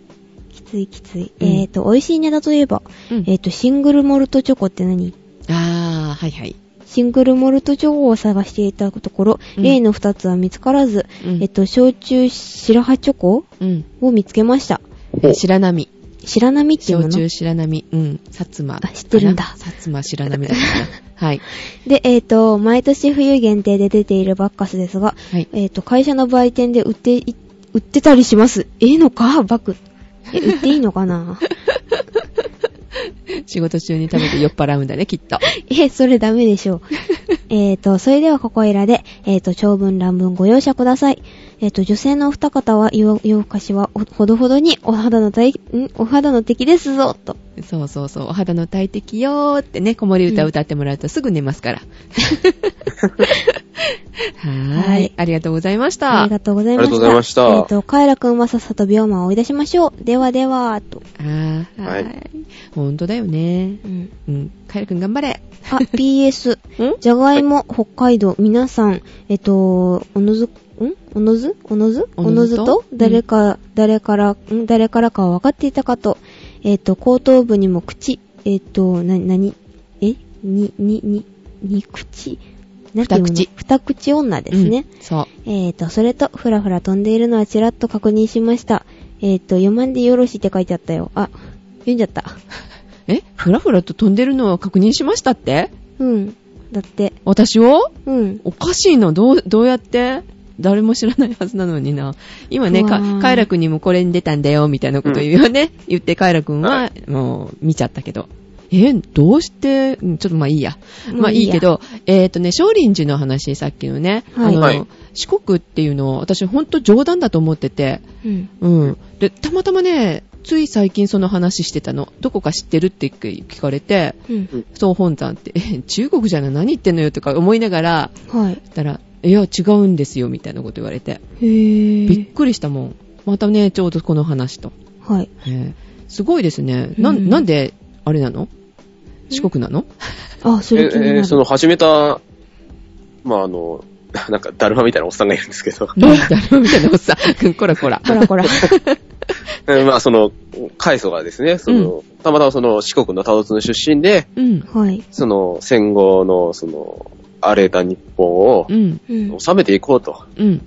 B: きついきつい。
C: うん
B: えっ、と、美味しいネタといえば、
C: え。うん
B: えっ、と、シングルモルトチョコって何
C: あー、はいはい。
B: シングルモルトチョコを探していたところ、
C: うん
B: 例の2つは見つからず、
C: うん
B: えっ、と、焼酎白葉チョコ
C: うん。
B: を見つけました。
A: お
C: 白波。
B: 白波っていうも
C: 焼
B: の
C: 酎白波。うん。薩摩。
B: あ知ってるんだ
C: かな薩摩白波だから。はい。
B: で、えっ、と、毎年冬限定で出ているバッカスですが、
C: はい。
B: えっ、と、会社の売店で売ってい、売ってたりします。ええのかバク。え、売っていいのかな
C: 仕事中に食べて酔っ払うん
B: *laughs*
C: だね、きっと。
B: え、それダメでし
A: *laughs*
B: ょう。えっと、それではここいらで、えっ、と、長文乱文ご容赦ください。えっ、と、女性のお二方は、夜夜更かしはお、ほどほどにお肌の大、んお肌の敵ですぞ、と。
C: そうそうそう。お肌の大敵よーってね、子守歌を歌ってもらうとすぐ寝ますから。
B: *laughs*
C: はー
B: はいい。
C: ありがとうございまし
B: あ
C: た
B: り。がとうございました。
A: ありがとうございました
B: えっ、と、カエラくんはさっさと病魔を追い出しましょう。ではでは、と。
C: あー、は
A: はい
C: い。ほんとだよね。
B: うん。
C: うん。カエルくん頑張れ。
A: *laughs*
B: あ、PS。じゃがいも、北海道、皆さん、えっと、おのず、んおのずおのず
C: お
B: お
C: の
B: の
C: ず
B: ず
C: と
B: と誰か、誰から、ん誰からかは分かっていたかと。えっと、後頭部にも口、えっと、な、なに、えに、に、に、に口なんていうの
C: 二口
B: 二口女ですね。
C: うん。そう。
B: えっと、それと、ふらふら飛んでいるのはちらっと確認しました。えっと、読まんでよろしって書いてあったよ。あ、読んじゃった。
C: えふらふらと飛んでるのは確認しましたって
B: うん。だって、
C: 私を
B: うん。
C: おかしいな。どう、どうやって誰も知らないはずなのにな。今ね、
B: うわ
C: か
B: ー
C: カイラくんにもこれに出たんだよ、みたいなこと言うよね。 *laughs* 言ってカイラくん
A: は
C: は、もう、見ちゃったけど。え、どうして、うんちょっとまあいいや。ま
B: も
C: あ
B: う
C: い
B: いい
C: い
B: や
C: けど、えっ、とね、少林寺の話、さっきのね、
B: はい
C: あの、
A: はい
C: 四国っていうのを私ほんと冗談だと思ってて、
B: うん。
C: うん。で、たまたまね、つい最近その話してたの。どこか知ってるって聞かれて、
B: うん。
C: 総本山って、え中国じゃない何言ってんのよとか思いながら、
B: はい。
C: 言ったら、いや、違うんですよ、みたいなこと言われて。
B: へぇ
C: びっくりしたもん。またね、ちょうどこの話と。
B: はい。
C: えーすごいですね。な、
B: うん
C: ん、なんで、あれなの四国なの
B: あ、それ気になる。
A: えーその始めた、まああの、 *laughs* なんかだるまみたいなおっさんがいるんですけど、 *laughs*
C: 誰もみたいなおっさ *laughs* ん。こらこら。
B: こらこら。
A: うんまあその、海祖がですね、その、たまたまその四国の多度津の出身で、
C: うん。
B: はい。
A: その戦後のその、荒れた日本を
C: うん。
B: うん。
A: 収めていこうと、
C: うん。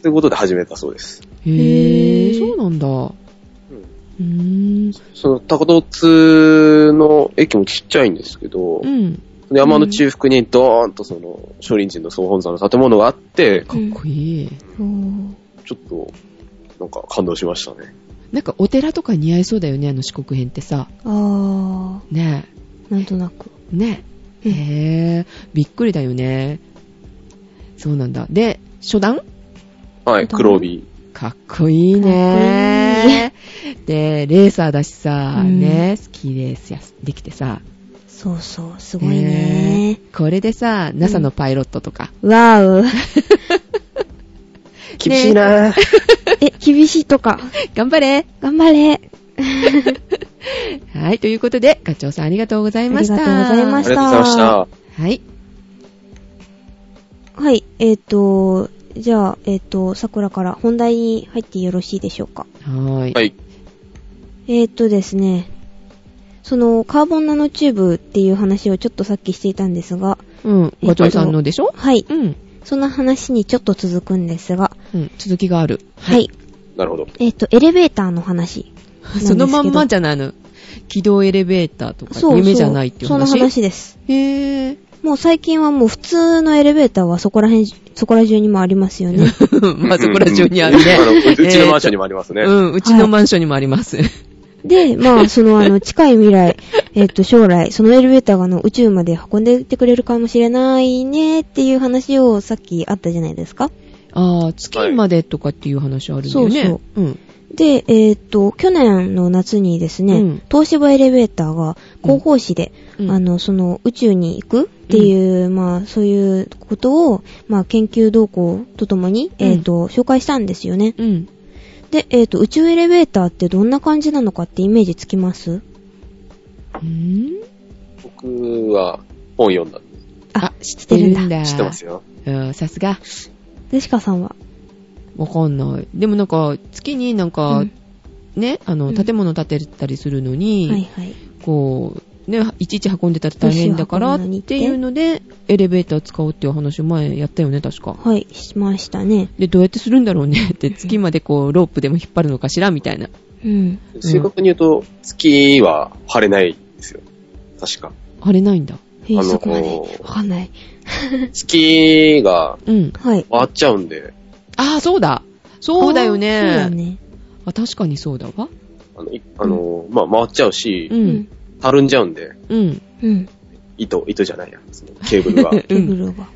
A: ということで始めたそうです。
C: へ
B: へ
C: ぇ
B: ー
C: ー、そうなんだ。うーん。
A: その多度津の駅もちっちゃいんですけど、
C: うん。
A: 山の中腹にドーンとその、少林寺の総本山の建物があって、
C: かっこいい。
B: おー
A: ちょっと、なんか感動しましたね。
C: なんかお寺とか似合いそうだよね、あの四国編ってさ。
B: あ
C: ね
B: ー、なんとなく。
C: え。ねえ。へぇー、びっくりだよね。そうなんだ。で、初段
A: は
B: 本
A: い、
B: 当だ
A: 黒帯。
C: かっこいいね。で、レーサーだしさ、
B: うん
C: ね、スキーレースやできてさ。
B: そうそう、すごいね。
C: えーこれでさ、NASA のパイロットとか。
B: わう。
A: 厳しいなぁ。
B: え、厳しいとか。
C: 頑張れ
B: 頑張れ。あ
C: はい、ということで、課長さんありがとうござい
B: り
C: ま
B: がと
C: し
B: うご
C: た。
B: ざいま
A: あ
B: し
A: りがとう
B: た。
A: ございました。
C: はい。
B: はい、えっ、と、じゃあ、えっ、と、桜から本題に入ってよろしいでしょうか。
C: はーい。
A: はい。
B: えっ、とですね、その、カーボンナノチューブっていう話をちょっとさっきしていたんですが、
C: うん、課長さんのでしょ
B: はい、
C: うん。
B: その話にちょっと続くんですが、
C: うん、続きがある。
B: はい、
A: なるほど。
B: えっ、と、エレベーターの話。
C: そのまんまじゃないの。軌道エレベーターとか
B: そう、
C: 夢じゃないっていう
B: そう
C: 話。
B: その話です。
C: へぇ
B: もう最近はもう普通のエレベーターはそこら辺、そこら中にもありますよね。
C: *laughs* ー。 *laughs* まあそこら中にあるね。 *laughs*
A: うんうんあのうちのマンションにもありますね。
C: うん、うちのマンションにもあります。
B: で、まあ、その、あの、近い未来、えっと、将来、そのエレベーターが、あの、宇宙まで運んでってくれるかもしれないね、っていう話をさっきあったじゃないですか。
C: ああ、月までとかっていう話あるんだよね。
B: はいそう
C: うん。
B: で、えっと、去年の夏にですね、
C: うん
B: 東芝エレベーターが広報誌で、
C: うん
B: あの、その、宇宙に行くっていう、まあ、そういうことを、まあ、研究動向とともに、
C: うん
B: えっと、紹介したんですよね。
C: うん。
B: で、えっと、宇宙エレベーターってどんな感じなのかってイメージつきます
C: うん
A: 僕は本読んだ。
C: あ、知ってるんだ。
A: 知ってますよ。
C: うんさすが。
B: でしかさんは。
C: わかんない。でもなんか、月になんか、
B: うん
C: ね、あ
B: う
C: の、
B: ん
C: 建物建てたりするのに、
B: はいはい。
C: こう、ね、いちいち運んでたら大変だから
B: 物資を運ぶのに
C: っていうので、エレベーター使おうっていう話を前やったよね、確か。
B: はい、しましたね。
C: で、どうやってするんだろうね *laughs* って、月までこう、ロープでも引っ張るのかしらみたいな。
B: うん。
A: 正確に言うと、月は晴れないんですよ。確か。
C: あれないんだ。
B: へえ
A: あの
B: そこまで
A: こ。う
B: わかんない。
A: 月が
C: うん。
B: はい。
A: 回っちゃうんで、
C: ああ、そうだそうだよね。
B: あーそうだね。
C: あ、確かにそうだわ。
A: あの、いあのまあ、回っちゃうし
C: う、。。
B: うん
A: たるんじゃうんで、
C: うん。
B: うん。
A: 糸、糸じゃないや、そのケーブルが
B: ケーブルが。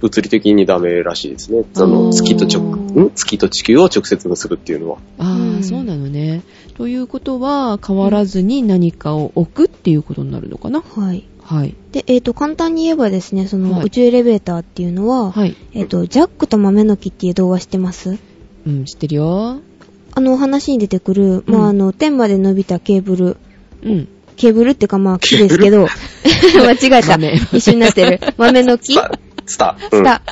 A: 物理的にダメらしいですね。その月と直、
B: あー
A: ん月と地球を直接結ぶっていうのは。
C: ああ、
B: うん
C: そうなのね。ということは、変わらずに何かを置くっていうことになるのかな。
B: はい。
C: はい。
B: で、えっ、と、簡単に言えばですね、その、
C: はい
B: 宇宙エレベーターっていうのは、
C: はい。
B: えっ、と、ジャックと豆の木っていう動画知ってます
C: うん、知ってるよ。
B: あの、話に出てくる、まあ、
C: うん
B: あの、天まで伸びたケーブル、
C: うん。
B: ケーブルってかまあ木ですけど、 *laughs* 間違えた。
C: 豆
B: 一緒になってる。豆の木
A: スタ、スタ、うん、
B: 下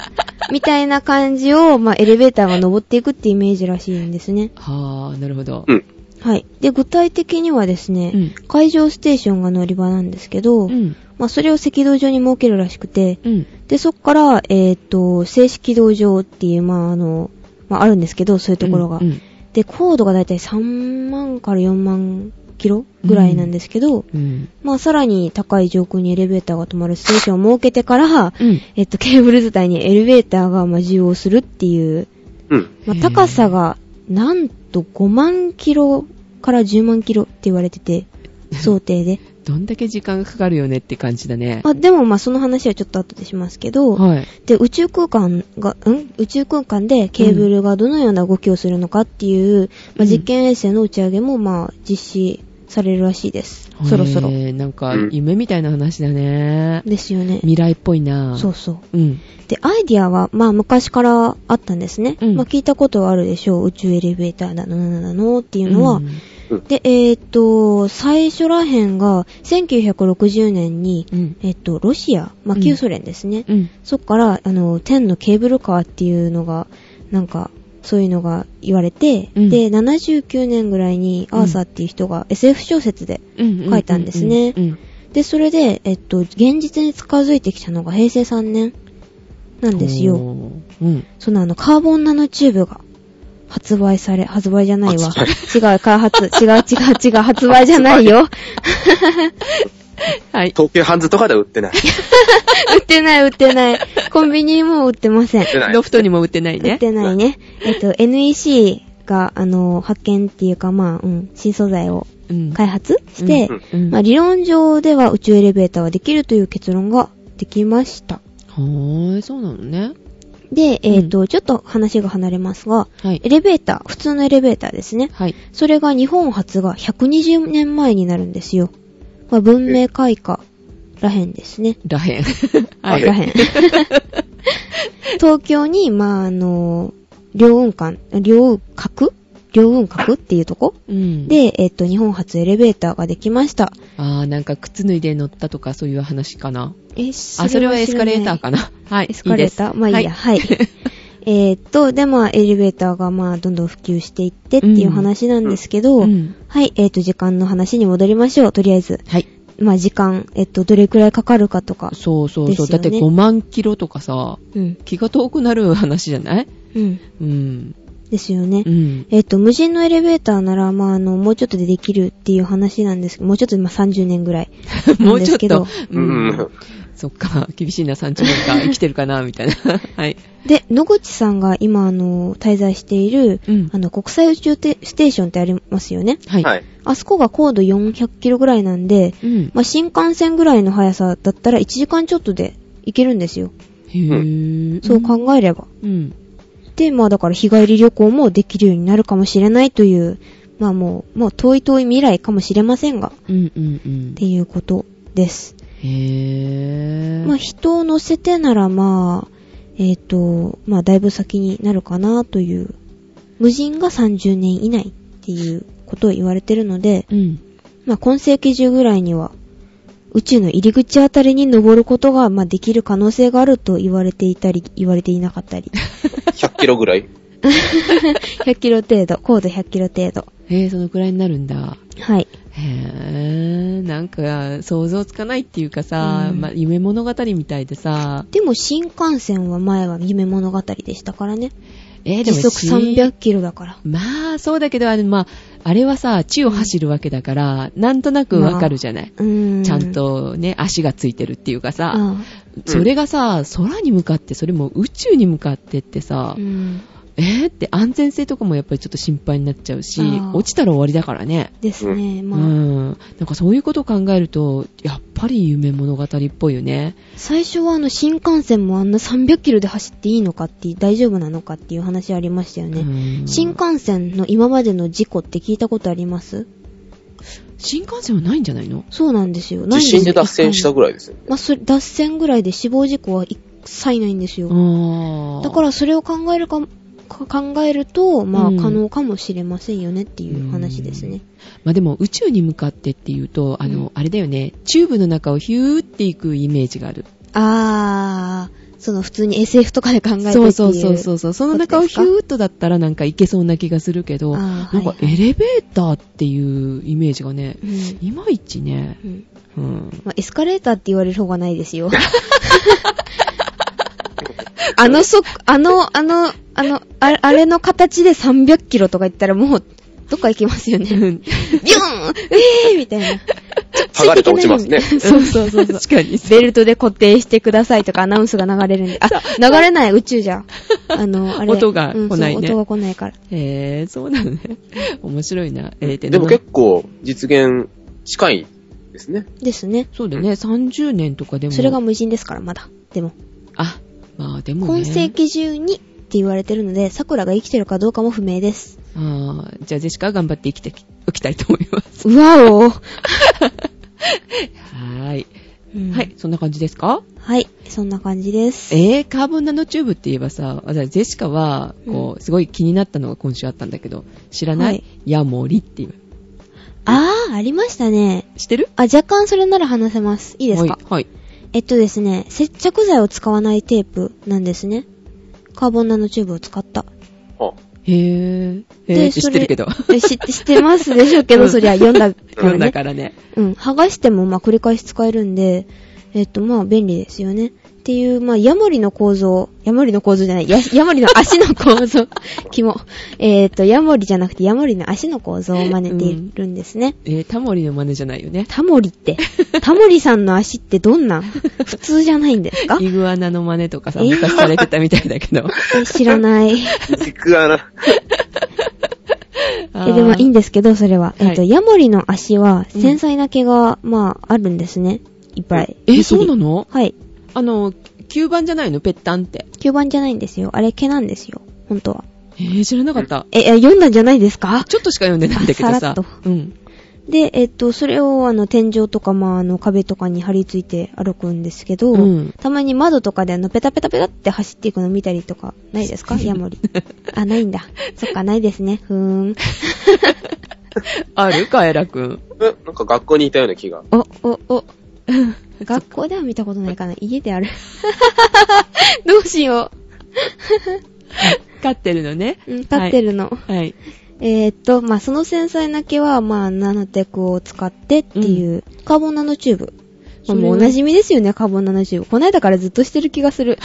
B: みたいな感じを、まあ、エレベーターが登っていくってイメージらしいんですね。
C: はあ、なるほど。
A: うん。
B: はい。で、具体的にはですね、
C: うん。
B: 海上ステーションが乗り場なんですけど、
C: うん。
B: まあ、それを赤道上に設けるらしくて、
C: うん。
B: で、そっから、えっ、と、静止軌道場っていう、まあ、あの、まあ、あるんですけど、そういうところが。
C: うん。
B: で、高度がだいたい3万から4万キロぐらいなんですけど、
C: うん。
B: まあ、さらに高い上空にエレベーターが止まるステーションを設けてから、
C: うん。
B: えっと、ケーブル自体にエレベーターが、まあ、需要するっていう、
A: うん。
B: まあ、
C: へー
B: 高さが、なんと5万キロから10万キロって言われてて、想定で。
C: どんだけ時間がかかるよねって感じだね。
B: あ、でもまあその話はちょっと後でしますけど、
C: はい。
B: で、宇宙空間が、ん宇宙空間でケーブルがどのような動きをするのかっていう、まあ、実験衛星の打ち上げもまあ実施されるらしいです。そろそろ。
C: えーなんか
A: うん
C: 夢みたいな話だね。
B: ですよね。
C: 未来っぽいな。
B: そうそう。
C: うん。
B: で、アイディアは、まあ、昔からあったんですね。
C: うん
B: まあ、聞いたことはあるでしょう。宇宙エレベーターだのななのっていうのは。
C: うん
B: で、えーっと、最初らへんが、1960年に、
C: うん。
B: えっと、ロシア、まあ、
C: うん
B: 旧ソ連ですね。
C: うん。
B: そっから、あの、天のケーブルカーっていうのが、なんか、そういうのが言われて、
C: うん
B: で、79年ぐらいに、アーサーっていう人が SF 小説で、
C: うん
B: 書いたんですね
C: うん。
B: で、それで、えっと、現実に近づいてきたのが平成3年なんですよ。
C: おー。うん。
B: そのあの、カーボンナノチューブが発売され、発売じゃないわ。違う、開 *laughs* 発、違う違う違う、発売じゃないよ。
C: はい。
A: 東急ハンズとかでは売ってない。
B: 売ってない、売ってない。コンビニも売ってません。
A: 売ってない
C: ロ。フトにも売ってない
B: 売っ
C: ね。
B: てないね。えっと、NEC が、あの、発見っていうか、まあ、うん、新素材を
C: うん。
B: 開発して、
A: うん
C: うん
B: まあ、理論上では宇宙エレベーターはできるという結論ができました。
C: はーい、そうなのね。
B: で、えっ、と、ちょっと話が離れますが、
C: はい
B: エ。レベーター、普通のエレベーターですね。
C: はい。
B: それが日本初が120年前になるんですよ。まあ、文明開化らへんですね。*laughs*
C: らへん。
A: は
C: はい
B: ら
C: い。
B: へ
C: *laughs*
B: ん。東京に、まあ、あの、両雲間、両角両雲角っていうとこ
C: うん。、
B: で、えっと、日本初エレベーターができました。
C: あー、なんか靴脱いで乗ったとかそういう話かな。
B: え、
C: あ、それはエスカレーターかな。はい。
B: エスカレーター
C: です
B: まあいいや、はい。
C: *laughs*
B: えっと、で、まあ、エレベーターが、まあ、どんどん普及していってっていう話なんですけど、
C: うん
B: はい、えっと、時間の話に戻りましょう、とりあえず。
C: はい。
B: まあ、時間、えっと、どれくらいかかるかとか。
C: そうそう
B: ですよ
C: そう。
B: ね
C: だって5万キロとかさ、
B: うん。
C: 気が遠くなる話じゃない
B: うん。
C: うん。
B: ですよね。
C: うん。。
B: えっと、無人のエレベーターなら、まあ、あの、もうちょっとでできるっていう話なんですけど、もうちょっと、まあ、30年ぐらい
C: もうちょっ
B: なん
C: と
B: です。
A: う
C: うん
A: ん。
C: そっか、厳しいな、3兆年間生きてるかな、み
B: *laughs*
C: たいな。はい。
B: けど。で、野口さんが今、あの、滞在している、
C: うん
B: あ。の、国際宇宙てステーションってありますよね。
C: はい。
A: はい。
B: あそこが高度400キロぐらいなんで、
C: うん。
B: まあ、新幹線ぐらいの速さだったら1時間ちょっとで行けるんですよ。
C: へぇ
B: そう考えれば。
C: うん。
B: で、まあだから日帰り旅行もできるようになるかもしれないという、まあもう、もう遠い遠い未来かもしれませんが、っ
C: うんうんうん。
B: ていうことです。
C: へぇー。
B: まあ人を乗せてならまあ、えっ、と、まあだいぶ先になるかなという、無人が30年以内っていうことを言われてるので、
C: うん。
B: まあ今世紀中ぐらいには、宇宙の入り口あたりに登ることが、まあ、できる可能性があると言われていたり、言われていなかった
C: *laughs*
B: り。
A: 100キロぐらい。
B: 100キロ
C: *laughs*
B: 程度、高度100キロ程度。
C: へぇ、そのくらいになるんだ。
B: はい。
C: へぇー。なんか、想像つかないっていうかさ、
B: うん
C: まあ、夢物語みたいでさ、
B: でも新幹線は前は夢物語でしたからね。
C: えー、で
B: 時
C: も
B: 速300キロだから。
C: まあ、そうだけど、あれ、まあ、あれはさ、地を走るわけだから、なんとなくわかるじゃない。
B: うーん。
C: ちゃん。とね、足がついてるっていうかさ、
B: あ
C: それがさ、空に向かって、それも宇宙に向かってって
B: あ
C: さ、
B: うん。
C: えーって安全性とかもやっぱりちょっと心配になっちゃうし
B: あー、
C: 落ちたら終わりだからね。
B: ですね。
C: う
B: まあ、
C: ん。なんかそういうことを考えると、やっぱり夢物語っぽいよね。
B: 最初はあの新幹線もあんな300キロで走っていいのかって、大丈夫なのかっていう話ありましたよね。
C: うん
B: 新幹線の今までの事故って聞いたことあります
C: 新幹線はないんじゃないの
B: そうなんですよ。ないん
A: 地
B: ですよ
A: 震で脱線したぐらいですよね。
B: まあ、それ、脱線ぐらいで死亡事故は一切ないんですよ。
C: あ、
B: だかららそれを考えるか、か考えると、まあ、
C: うん
B: 可能かもしれませんよねっていう話ですね。
C: まあでも宇宙に向かってっていうと、あの、
B: うん
C: あれだよね、チューブの中をヒューっていくイメージがある。
B: あー、その普通に SF とかで考えてっていう。
C: そうそうそうそうそう。その中を
B: ことです
C: ヒ
B: か
C: ューっとだったらなんかいけそうな気がするけど、
B: あー
C: なんか
B: はいはい
C: エレベーターっていうイメージがね、
B: うん
C: いまいちね、
B: うん *laughs*
C: うん。
B: まあ、エスカレーターって言われる方がないですよ。あのそ、あの、あの、あの、ああれの形で300キロとか言ったらもう、どっか行きますよね。ビューンえーみたいな。
A: 剥がれて落ちます
B: *laughs*
A: ね。
C: そうそうそう。確かに。
B: ベルトで固定してくださいとかアナウンスが流れるんで。あ、流れない宇宙じゃん。あの、あれ。
C: 音が来ないね
B: うんそう音が来ないか
A: *laughs*
B: ら。
C: へえ、そうなのね。面白いな。えー、
A: でも結構実現近いですね。
B: ですね。
C: そうだね、30年とかでも。
B: それが無人ですから、まだ。でも。
C: あ、まあでもね。
B: 今世紀中にって言われてるので、桜が生きてるかどうかも不明です。
C: あーじゃあ、ジェシカは頑張って生きてきおきたいと思います。
B: うわお、
C: はーい。
B: うん
C: はい、。そんな感じですか
B: はい。そんな感じです。
C: えー、カーボンナノチューブって言えばさ、あじゃあジェシカは、こう、すごい気になったのが今週あったんだけど、知らな、
B: はいい
C: ヤモリっていう。
B: あー、ありましたね。
C: 知ってる
B: あ、若干それなら話せます。いいですか、
C: はい。はい
B: えっとですね、接着剤を使わないテープなんですね。カーボンナノチューブを使った。
A: は
C: へぇー。へ
B: で
C: ー知
B: *laughs* そ
C: って
B: れ
C: るけど。
B: え知って、知ってますでしょうけど、そりゃ読んだから
C: *laughs* 読んだ
B: ね。
C: からね。
B: うん。剥がしても、まあ、繰り返し使えるんで、えっと、まあ、便利ですよね。っていう、まあ、ヤモリの構造、ヤモリの構造じゃない、やヤモリの足の構造、 *laughs* 肝。えっと、ヤモリじゃなくて、ヤモリの足の構造を真似ているんですね。
C: えー、タモリの真似じゃないよね。
B: タモリって、タモリさんの足ってどんなん普通じゃないんですか
C: イグアナの真似とかさ、
B: えー
C: 昔されてたみたいだけど。
B: え知ら
C: *laughs*
B: ない。
A: い。イグアナ。
C: あ
B: *laughs* え、
C: ー
B: でもいいんですけど、それは。
C: い
B: えっ、と、ヤモリの足は、
C: うん
B: 繊細な毛が、まあ、あるんですね。いっぱい。
C: えー、そうな
B: の
C: の
B: はい。
C: あの、吸盤じゃないのペッタンって。
B: 吸盤じゃないんですよ。あれ、毛なんですよ。本当は。
C: えー、知らなかった。
B: え、え読んだんじゃないですか
C: ちょっとしか読んでないんだけど
B: さら
C: さ
B: っと。
C: うん。
B: で、えっ、と、それを、あの、天井とか、まあ、あの、壁とかに貼り付いて歩くんですけど、
C: うん
B: たまに窓とかで、あの、ペタペタペタって走っていくの見たりとか、ないです
C: *laughs*
B: かヤモリ。あ、ないんだ。そっか、ないですね。ふ
C: *laughs*
B: ーん。
C: あるカエラくん。
A: え、なんか学校にいたような気が。
B: お、お、お。 *laughs* 学校では見たことないかな。家である。 *laughs* どうしよ
C: *laughs* 飼ってるのね。
B: う。うん、飼ってるの。
C: はい。
B: えーっと、まあ、その繊細な毛は、まあ、ナノテクを使ってっていう、カーボンナノチューブ。ま
C: そ
B: あ
C: れは
B: もうおなじみですよね、カーボンナノチューブ。この間からずっとしてる気がする。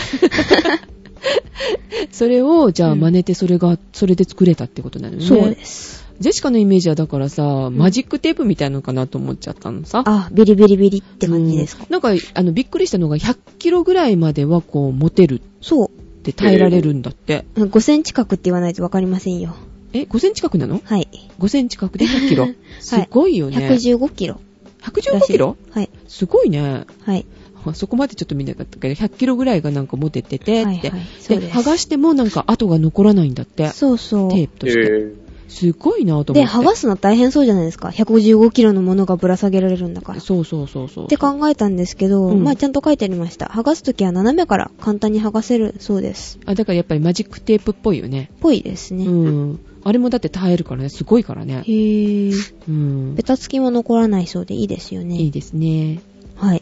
C: それを、じゃあ
B: うん
C: 真似て、それが、それで作れたってことなのね。
B: そうです。
C: ジェシカのイメージはだからさ、マジックテープみたいなのかなと思っちゃったのさ。っ
B: あ、ビリビリビリって感じですか。
C: なんか、あの、びっくりしたのが、100キロぐらいまではこう、持てる
B: そ
C: って耐えられるんだって。
B: う。5センチ角って言わないとわかりませんよ。
C: え、5センチ角なの
B: はい。
C: 5センチ角で100キロ。
B: *laughs*
C: すごいよね。
B: 115キロら
C: 115
B: しい。
C: キロ
B: はい。
C: すごいね。
B: はい。
C: あそこまでちょっと見なかったけど、100キロぐらいがなんか持てててって。
B: はいはいそう
C: で
B: です
C: 剥がしてもなんか跡が残らないんだって。
B: そうそう。
C: テープと
A: へ
C: して。
A: ぇ
C: すごいなと思って。
B: で、剥がすの大変そうじゃないですか。155キロのものがぶら下げられるんだから。っ
C: そうそうそうそう。
B: て考えたんですけど、
C: うん
B: まあちゃんと書いてありました。剥がすときは斜めから簡単に剥がせるそうです。
C: あ、だからやっぱりマジックテープっぽいよね。
B: ぽいですね。
C: うん。あれもだって耐えるからね、すごいから
B: へ。
C: ね
B: ー。
C: うん
B: ベ。タつきも残らないそうでいいですよね。
C: いいですね。
B: はい。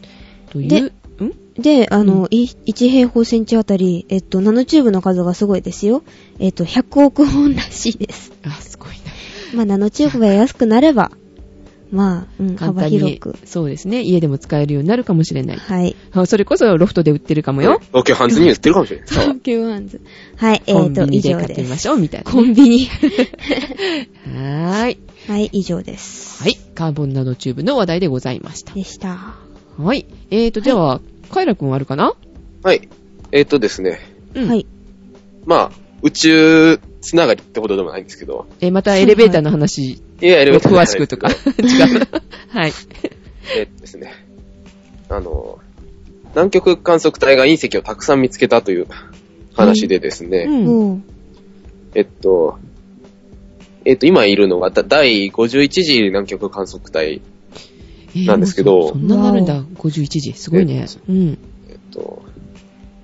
C: とい
B: で
C: う、ん
B: で、あ
C: うん
B: の、い1平方センチあたり、えっと、ナノチューブの数がすごいですよ。えっと、100億本らしいです。 *laughs*
C: あ、すごいな。
B: まあ、ナノチューブが安くなれば、まあ、うん、
C: 簡
B: 幅
C: 単に
B: 広く。。
C: そうですね。家でも使えるようになるかもしれない。
B: はい。
C: あそれこそロフトで売ってるかもよ。
A: 東京ハンズに売ってるかもしれない。
B: 東京アンズ。はい、え
C: コ
B: っ
C: ンビ
B: と、以
C: ニで
B: 上
C: 買って
B: で。
C: みますしょう、みたい *laughs* な。
B: コンビニ。 *laughs*
C: はーい。
B: はい、以上です。
C: はい。カーボンナノチューブの話題でございました。
B: でした。
C: はい。えーと、じゃあ、カイラくんあるかな
A: はい。えっ、とですね。
C: うん
B: はい。
A: まあ、宇宙つながりってほどでもないんですけど。
C: えーまたエレベーターの話
A: いや、エレベー
C: を
A: ターじゃな
C: 詳
A: い
C: しく
A: *laughs*
C: とか。
A: です
C: 違
B: *laughs*
C: うな。はい。
A: けどえっ、とですね。あの、南極観測隊が隕石をたくさん見つけたという話でですね。
C: うん。
B: も
C: *laughs*
A: えっと、えっと、今いるのがだ第51次南極観測隊。
C: えー
A: なんですけど
C: もうそそんななるんだ。51時。すごいね。うん。
A: えっと、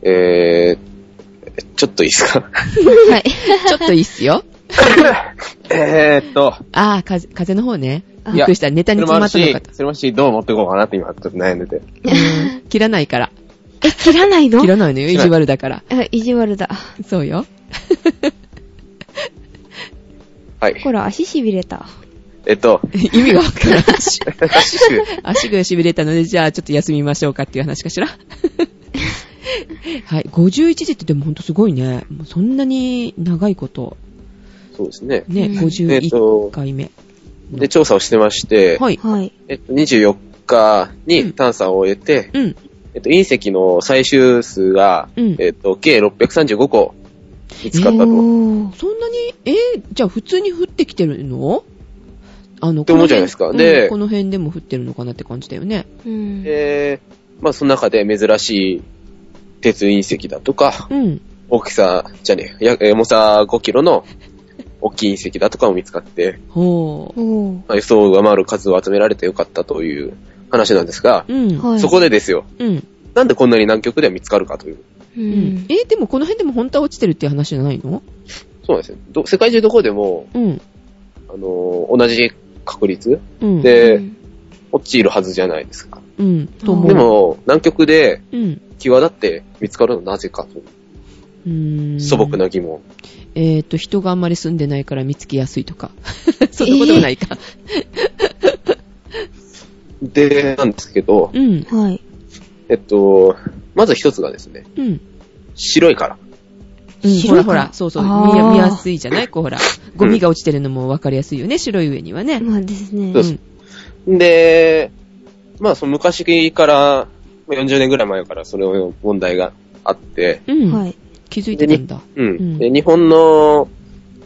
A: えー、ちょっといいです
C: *laughs*
A: か
B: う。はい。
C: ちょっといいっすよ。
A: えーっと、
C: ああ、風、風の方ね。
B: あ
C: びっくりした。ネタ
A: そ
C: に
A: れも
C: 詰
A: あ
C: ま
A: る
C: ったの
A: し
C: かと、。
A: それもあるし、どう持ってこうかなって今ちょっと悩んでて。
B: *laughs*
C: うん切らないから。
B: え、切らないの
C: 切らないのよ。
A: 切
C: 意
A: らない
C: 地悪だから。
B: あ、意地悪だ。
C: そ
A: *laughs*
C: うよ。
A: はい。
B: ほら、足痺れた。
A: えっと、 *laughs*
C: 意味がわからないし。
A: 足
C: 足が痺れたので、じゃあちょっと休みましょうかっていう話かしら。はい。51時ってでもほんとすごいね。もうそんなに長いこと。
A: そうですね。
C: ね、
B: うん
A: えっと
C: 51回目。
A: で、調査をしてまして、
C: はい。
B: はい。
A: えっと、24日に探査を終えて、
C: うん。
A: えっと、隕石の最終数が、
C: うん
A: えっと、計635個見つかったと。
B: おー。
C: そんなに、えーじゃあ普通に降ってきてるのあの、
A: って思うじゃないですか
C: この辺
A: で
C: うんこの辺でも降ってるのかなって感じだよね。
B: うん。
A: で、まあその中で珍しい鉄隕石だとか、
C: うん。
A: 大きさ、じゃねえや、重さ5キロの大きい隕石だとかも見つかって、
C: ほ
B: おー。
A: まあ、予想を上回る数を集められてよかったという話なんですが、
C: う。うん。
B: はい。
A: そこでですよ、
C: うん。
A: なんでこんなに南極では見つかるかという。
B: う
C: うんん。。え、でもこの辺でも本当は落ちてるっていう話じゃないの
A: そうなんですよ。ど世界中どこでも、
C: うん。
A: あのー同じ確率
C: うん。
A: で
B: うん
A: 落ちるはずじゃないですか。
C: うん。と思う。
A: でも、南極で
C: うん。
A: 際立って見つかるのはなぜかという
C: うーん。
A: 素朴。な疑問。
C: えっ、と、人があんまり住んでないから見つけやすいとか。 *laughs* そんなことはないか。
A: で、なんですけど、
C: うん。
B: はい。
A: えっと、まず一つがですね、
C: うん。
A: 白いから。
C: うん、ほ
B: 白い
C: らほら、そうそう、
B: あー
C: 見や見やすいじゃないこうほら、ゴミが落ちてるのも分かりやすいよね、白い上にはね。
B: まあですね。
A: そうですで、まあ、その昔から、まあ40年ぐらい前からそれを問題があって、
C: うん。
B: はい。
C: 気づいてたんだ。
A: うん。
C: ん
A: で日本の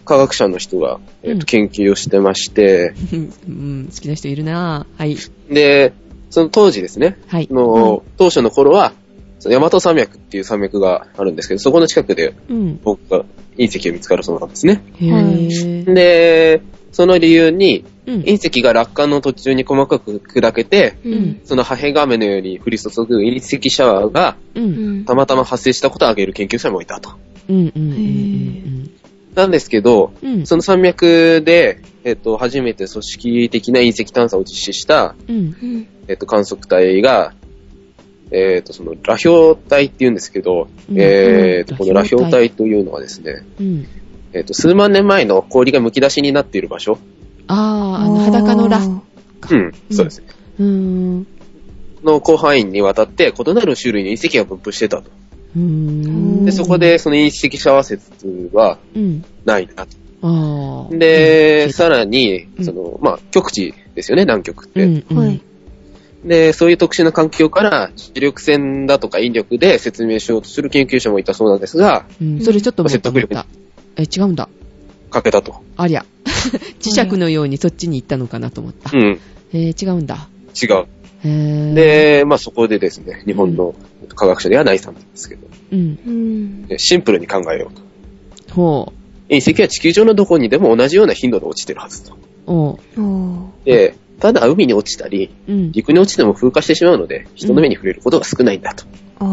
A: 科学者の人が、えっ
C: うん
A: と研究をしてまして、
C: うん、好きな人いるなぁ。はい。
A: で、その当時ですね、
C: はい。
A: の、当初の頃は、その大和山脈っていう山脈があるんですけど、そこの近くで
C: うん。
A: 僕が隕石を見つかるそうなんですね。
C: へぇー。
A: で、その理由に、
C: うん。
A: 隕石が落下の途中に細かく砕けて、
B: うんん。
A: その破片画面のように降り注ぐ隕石シャワーが
C: う。
B: うんん。
A: たまたま発生したことを挙げる研究者もいたと。
C: うん。うん。
B: へー
A: なんですけど、
C: うん。うん。
A: その山脈で、えっと、初めて組織的な隕石探査を実施した、
C: うん。
B: うん。
A: えっと、観測隊が、えっと、その、羅氷隊って言うんですけど、
C: うん
A: えっと、
C: うん
A: この羅氷隊というのはですね、
C: うん。
A: えっと、数万年前の氷が剥き出しになっている場所。
C: あー、あの、裸のラ。
B: あ
C: か
A: うん、そうですね。
C: うーん。
A: の広範囲にわたって異なる種類の隕石が分布してたと。
C: うーん。
A: で、そこ、でその隕石シャワー説は
C: うん。
A: ないなと。
C: あー。
A: で、
C: うん
A: さらに
C: う、ん
A: その、まあ、極地ですよね、南極っ
C: う
A: て。
C: ん。
B: ーはい。
A: で、そういう特殊な環境から、磁力線だとか引力で説明しようとする研究者もいたそうなんですが、
C: うん。それちょっと思った
A: うん
C: 思った。え、違うんだ。
A: 欠けたと。
C: ありゃ。 *laughs* 磁石のようにそっちに行ったのかなと思った
A: う。ん、
C: えー、違うんだ。
A: 違う。
C: へー、
A: で、まあ、そこでですね、日本の科学者ではないさんですけど、
C: うん。
B: うん。
A: ねシンプルに考えようと。
C: ほ
A: 隕石は地球上のどこにでも同じような頻度で落ちてるはずと。
C: う。おう。
B: おー。
A: で、ただ海に落ちたり、
C: うん。
A: 陸に落ちても風化してしまうので、人の目に触れることが少ないんだと。
B: あー。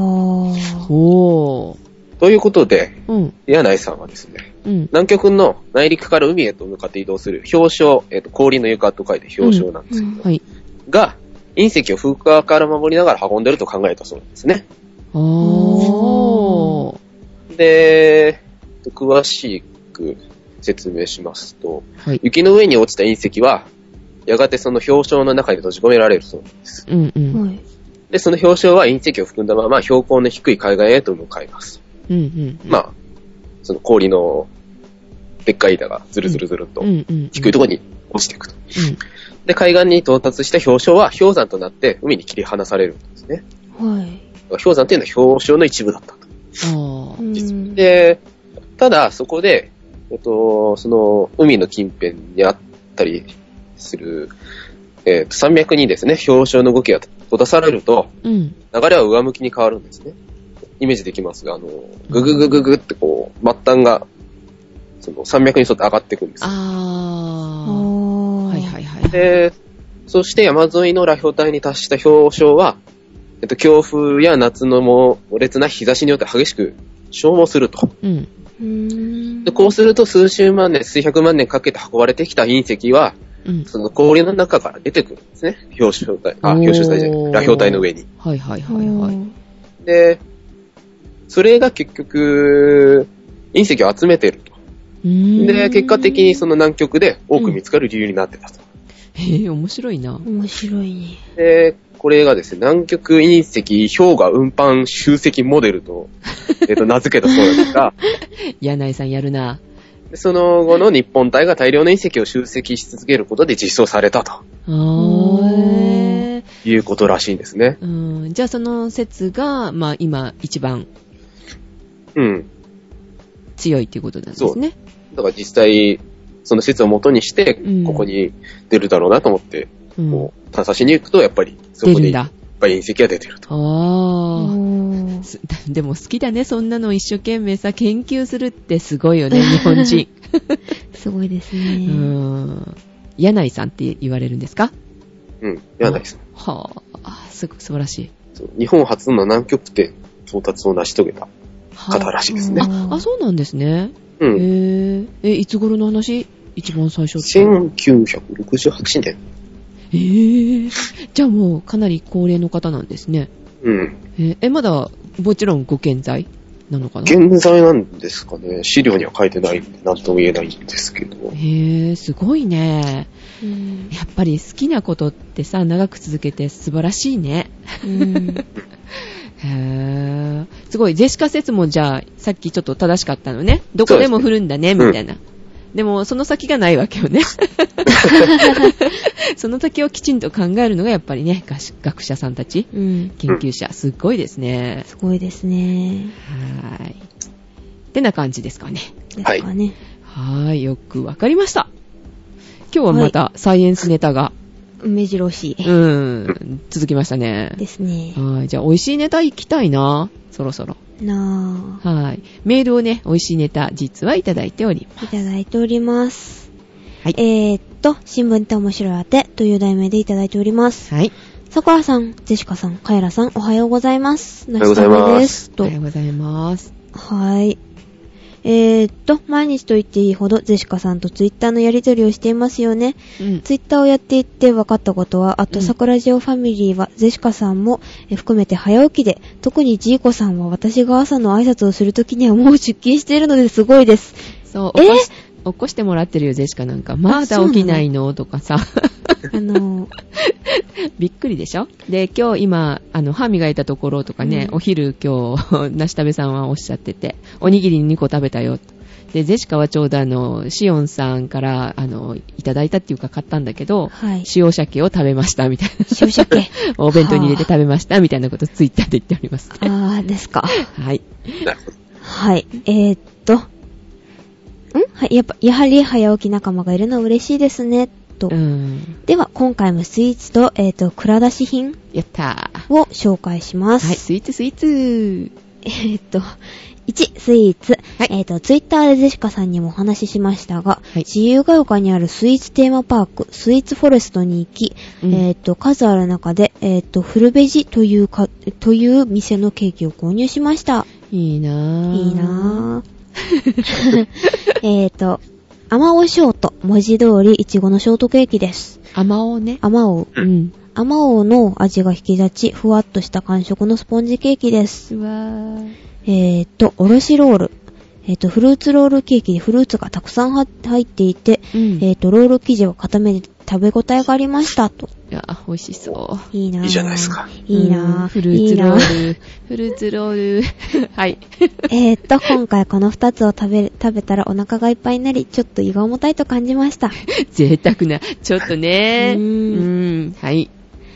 C: ほ
A: ということで、
C: う。うん。
A: 柳井さんはですね、
C: うん。
A: 南極の内陸から海へと向かって移動する氷床、えっと氷の床と書いて氷床なんですけど、
B: うん
C: はい。
A: が、隕石を風化から守りながら運んでると考えたそうなんですね。
C: おー。
A: で、詳しく説明しますと、
C: はい。
A: 雪の上に落ちた隕石は、やがてその氷床の中に閉じ込められるそうなんです。
C: うんうん。
B: はい。
A: で、その氷床は隕石を含んだまま標高の低い海岸へと向かいます。
C: うんうん。
A: まあ、その氷のでっかい板がずるずるずるっと
C: うんうんうん。
A: 低いと
C: こ
A: ころに落ちていくと。で、海岸に到達した氷床は氷山となって海に切り離されるんですね。
B: はい。
A: 氷山っていうのは氷床の一部だったと。
C: あ
B: う
C: ー。
B: ん。
A: で、ただそこで、えっと、その海の近辺にあったりする、えっと、山脈にですね、氷床の動きが閉ざされると、
C: うん。
A: 流れは上向きに変わるんですね。イメージできますが、あの、ぐぐぐぐぐってこう、末端が、その山脈に沿って上がっていくんですよ。
B: あ
C: あー。
B: ー。
C: はいはいはい。
A: で、そして山沿いの羅氷帯に達した氷床は、えっと、強風や夏の猛烈な日差しによって激しく消耗すると。
C: うん。
B: うん。
A: で、こうすると数十万年、数百万年かけて運ばれてきた隕石は、
C: うん。
A: その氷の中から出てくるんですね。氷床帯、あ、
C: お
A: 氷
C: ー
A: 床帯じゃない、羅氷帯の上に。
C: はいはい
B: お
C: はい
B: ー
C: はい。
A: で、それが結局、隕石を集めてると。
C: うーん。
A: で、結果的にその南極で多く見つかる理由になってたと。
C: へー、面白いな。
B: 面白いね。
A: で、これがですね、南極隕石氷河運搬集積モデル
C: *laughs*
A: と、えっと、名付けたそうなんですが、
C: 柳井さんやるな。
A: でその後の日本隊が大量の隕石を集積し続けることで実装されたと
C: あー。
A: いうことらしいんですね。
C: うん。じゃあその説が、まあ今一番
A: うん。
C: 強いっていうことなんですね。
A: だから実際、その説を元にして
C: うん、
A: ここに出るだろうなと思って、
C: うん
A: こう、探しに行くと、やっぱり、そ
C: 出
A: こ
C: る
A: で
C: ん
A: いっ
C: だ。
A: ぱい隕石が出てると。
C: ああ。
B: おー
C: す *laughs* でも好きだね、そんなの一生懸命さ、研究するってすごいよ *laughs* ね、日本人。
B: すごいです
C: う
B: ね。
C: ーん。柳井さんって言われるんですか
A: うん、やないです。
C: はあ、すごい、素晴らしい。
A: そう日本初の南極点到達を成し遂げた
C: は
A: 方
C: あ、
A: らしいですね。
C: あ、そうなんですね。
A: う
C: へ
A: ん。
C: え。え、いつ頃の話一番最初って。
A: 1968年。
C: えー、じゃあもうかなり高齢の方なんですね。
A: うん。
C: えーえまだもちろんご健在なのかなへ
A: 現在なんですかね。資料には書いてないんで、なんとも言えないんですけど。
C: えー、すごいね。
B: うん。
C: やっぱり好きなことってさ、長く続けて素晴らしいね。
B: うん。
C: へー。すごい、ジェシカ説もじゃあ、さっきちょっと正しかったのね。どこでも降るんだね、
A: そうですね
C: みたいな。でも、その先がないわけよ *laughs* ね。その先をきちんと考えるのが、やっぱりね、学士学者さんたち、
B: うん。
C: 研究者、すっごいですね。
B: すごいですね。
C: はーい。ってな感じですかね。
B: ですかね。
C: はーい、よくわかりました。今日はまたサイエンスネタが、
B: 目白押し
C: うーん、続きましたね。
B: ですね。
C: はい、じゃあ美味しいネタ行きたいな。そろそろ。
B: な
C: はい。メールをね、美味しいネタ、実はいただいております。
B: あ、いただいております。
C: はい
B: えーっと、新聞って面白いあてという題名でいただいております。
C: はい。
B: さくらさん、ジェシカさん、カエラさん、おはようございます。お
A: はようございます
B: す。
C: お
B: と
C: はよ、うございます。
B: はい。えーっと、毎日と言っていいほど、ジェシカさんとツイッターのやりとりをしていますよね。
C: うん。
B: ツイッターをやっていって分かったことは、あ
C: う
B: と、
C: ん
B: 桜ジオファミリーは、ゼシカさんもえ含めて早起きで、特にジーコさんは私が朝の挨拶をするときにはもう出勤しているのですごいです。
C: そう、
B: え
C: 起こし、起こしてもらってるよ、ジェシカなんか。まだ起きないのとか
B: *laughs*
C: さ。
B: あのー、
C: びっくりでしょで、今日今、あの、歯磨いたところとかね、
B: うん
C: お昼今日、なしたべさんはおっしゃってて、おにぎり2個食べたよ。で、ジェシカはちょうどあの、シオンさんから、あの、いただいたっていうか買ったんだけど、
B: はい。
C: 塩鮭を食べました、みたいな。
B: 注射系。
C: お弁当に入れて食べました、みたいなことツイッターで言っております。
B: あー、ですか。
C: はい。
A: なるほど。
B: はい。えーっと、んはい、やっぱ、やはり早起き仲間がいるのは嬉しいですね、と。
C: うん。
B: では、今回もスイーツと、えーっと、蔵出し品
C: やったー。
B: を紹介します。
C: はい、スイーツスイーツ。
B: えーっと、1、スイーツ。
C: はい
B: えーっと、ツイッターでゼシカさんにもお話ししましたが、
C: はい
B: 自由が丘にあるスイーツテーマパーク、スイーツフォレストに行き、
C: うん
B: えーっと、数ある中で、えーっと、フルベジというか、という店のケーキを購入しました。
C: いいなぁ。
B: いいなぁ。えーっと、アマオショート、文字通り、いちごのショートケーキです。
C: ぁ。甘おうね。
B: アマオウ。
C: うん。
B: アマオウの味が引き立ち、ふわっとした感触のスポンジケーキです。
C: うわぁ。
B: えー、と、おろしロール。えー、と、フルーツロールケーキにフルーツがたくさんは入っていて、
C: うん。
B: えー、と、ロール生地は固めで食べ応えがありました、と。
C: いや、美味しそう。
B: いいなぁ
A: いいじゃないですか。
B: いいうなんぁ。
C: フルーツ
B: いい
C: ロ
B: なぁ
C: ール。フルーツロール。 *laughs* はい。
B: えー、と、今回この二つを食べ、食べたらお腹がいっぱいになり、ちょっと胃が重たいと感じました。
C: 贅沢な。ちょっとね。
B: う
C: うんん。はい。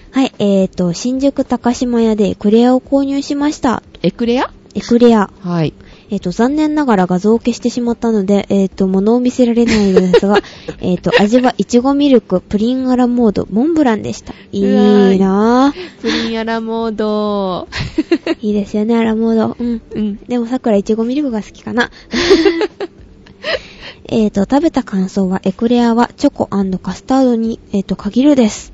B: はい、えー、と、新宿高島屋でエクレアを購入しました。
C: エクレア
B: エクレア。
C: はい。
B: えっ、と、残念ながら画像を消してしまったので、えっ、と、物を見せられないのです *laughs* が、えっと、味はいちごミルク、プリンアラモード、モンブランでした。いいなぁ。
C: プリンアラモード。 *laughs*
B: いいですよね、アラモード。うん。
C: うん。
B: でも、さくらいちごミルクが好きか *laughs* な。えっと、食べた感想は、エクレアはチョコカスタードに、えっ、と、限るです。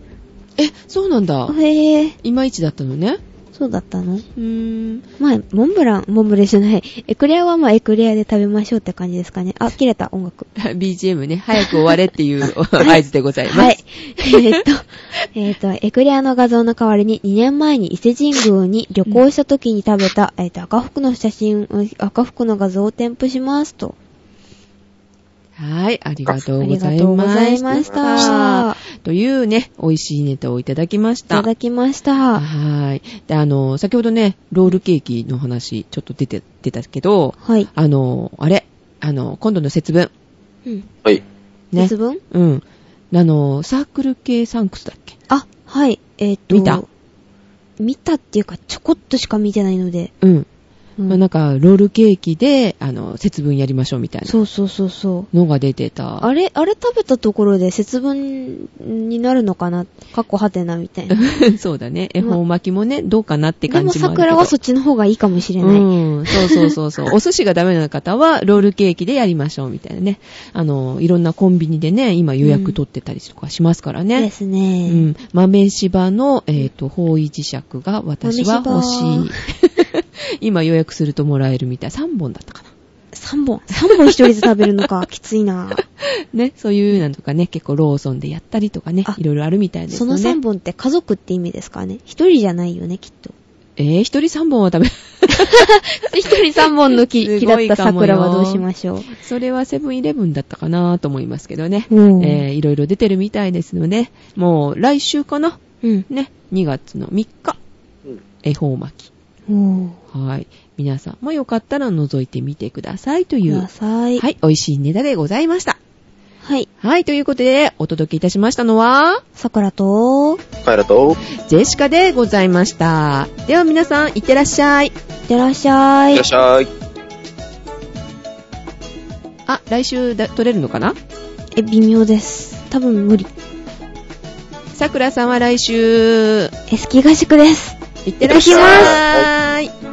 C: え、そうなんだ。
B: へぇ
C: いまいちだったのね。
B: そうだったの
C: うー *laughs* ん。
B: まあ、モンブラン、モンブレじゃない。エクレアはまあ、エクレアで食べましょうって感じですかね。あ、切れた、音楽。
C: BGM ね、早く終われっていう合図でございます。
B: はい。 *laughs* えーっと、えーっと、エクレアの画像の代わりに2年前に伊勢神宮に旅行した時に食べた、えーっと、赤服の写真、うん赤服の画像を添付しますと。
C: はい、ありがと
B: あ
C: うご
B: り
C: ざ
B: が
C: い
B: とうご
C: ま
B: ざい
C: し
B: ましたた。い。
C: というね、美味しいネタをいただきました。
B: ただきました。
C: はい。で、あの、先ほどね、ロールケーキの話、ちょっと出て、出たけど、
B: はい。
C: あの、あれ、あの、今度の節分、
B: うん。
A: はい。
C: ね
B: 節。分
C: うん。あの、サークル系サンクスだっけ
B: あ、はい。えーっと、
C: 見た
B: 見たっていうか、ちょこっとしか見てないので。
C: うん。
B: うん
C: まあ、なんか、ロールケーキで、あの、節分やりましょうみたいな
B: そうそうそうそう。
C: のが出てた。
B: あれ、あれ食べたところで節分になるのかなかっこはてなみたい
C: *laughs*
B: な。
C: *laughs* そうだね。恵方巻きもね、どうかなって
B: で
C: 感
B: も
C: じもあるけど。
B: 桜はそっちの方がいいかもしれない。
C: うん、そうそうそ
B: *laughs*
C: うそう。お寿司がダメな方は、ロールケーキでやりましょうみたいなね。あの、いろんなコンビニでね、今予約取ってたりとかしますから
B: で
C: ね。
B: す
C: う
B: ね。
C: ん。豆柴の、えっ、と、方位磁石が私は欲
B: 豆
C: し
B: *laughs*
C: い。今予約するともらえるみたい。3本だったかな。
B: 3本。3本一人で食べるの
C: *laughs*
B: か、きついな。
C: ね、そういうなんとかね、結構ローソンでやったりとかね
B: あ、
C: いろいろあるみたいですね。
B: その3本って家族って意味ですかね。一人じゃないよね、きっ
C: *laughs*
B: と。
C: えー、一人3本は食べ *laughs* る。
B: 一人3本の木、
C: す
B: 木だ
C: ご
B: っ
C: い
B: た
C: かもよ
B: 桜はどうしましょう。
C: それはセブンイレブンだったかなと思いますけどね。
B: うん
C: えーいろいろ出てるみたいですので、もう来週かな
B: うん。
C: ね、2月の3日
A: うん、
C: 恵方巻き。
B: おー。
C: はい。皆さんもよかったら覗いてみてくださいとい
B: く
C: う、
B: ださい。
C: は。い、美味しいネタでございました。
B: はい。
C: はい、ということで、お届けいたしましたのは、
B: 桜と、い
A: 帰ると、
C: ジェシカでございました。では皆さん、いってらっしゃい。
B: ってらっしゃ
A: い
B: い
A: らっ。しゃい。
C: あ、来週だ撮れるのかな
B: え、微妙です。多分無理。
C: さくらさんは来週、い
B: え、スキー合宿です。
C: ってらっしゃい。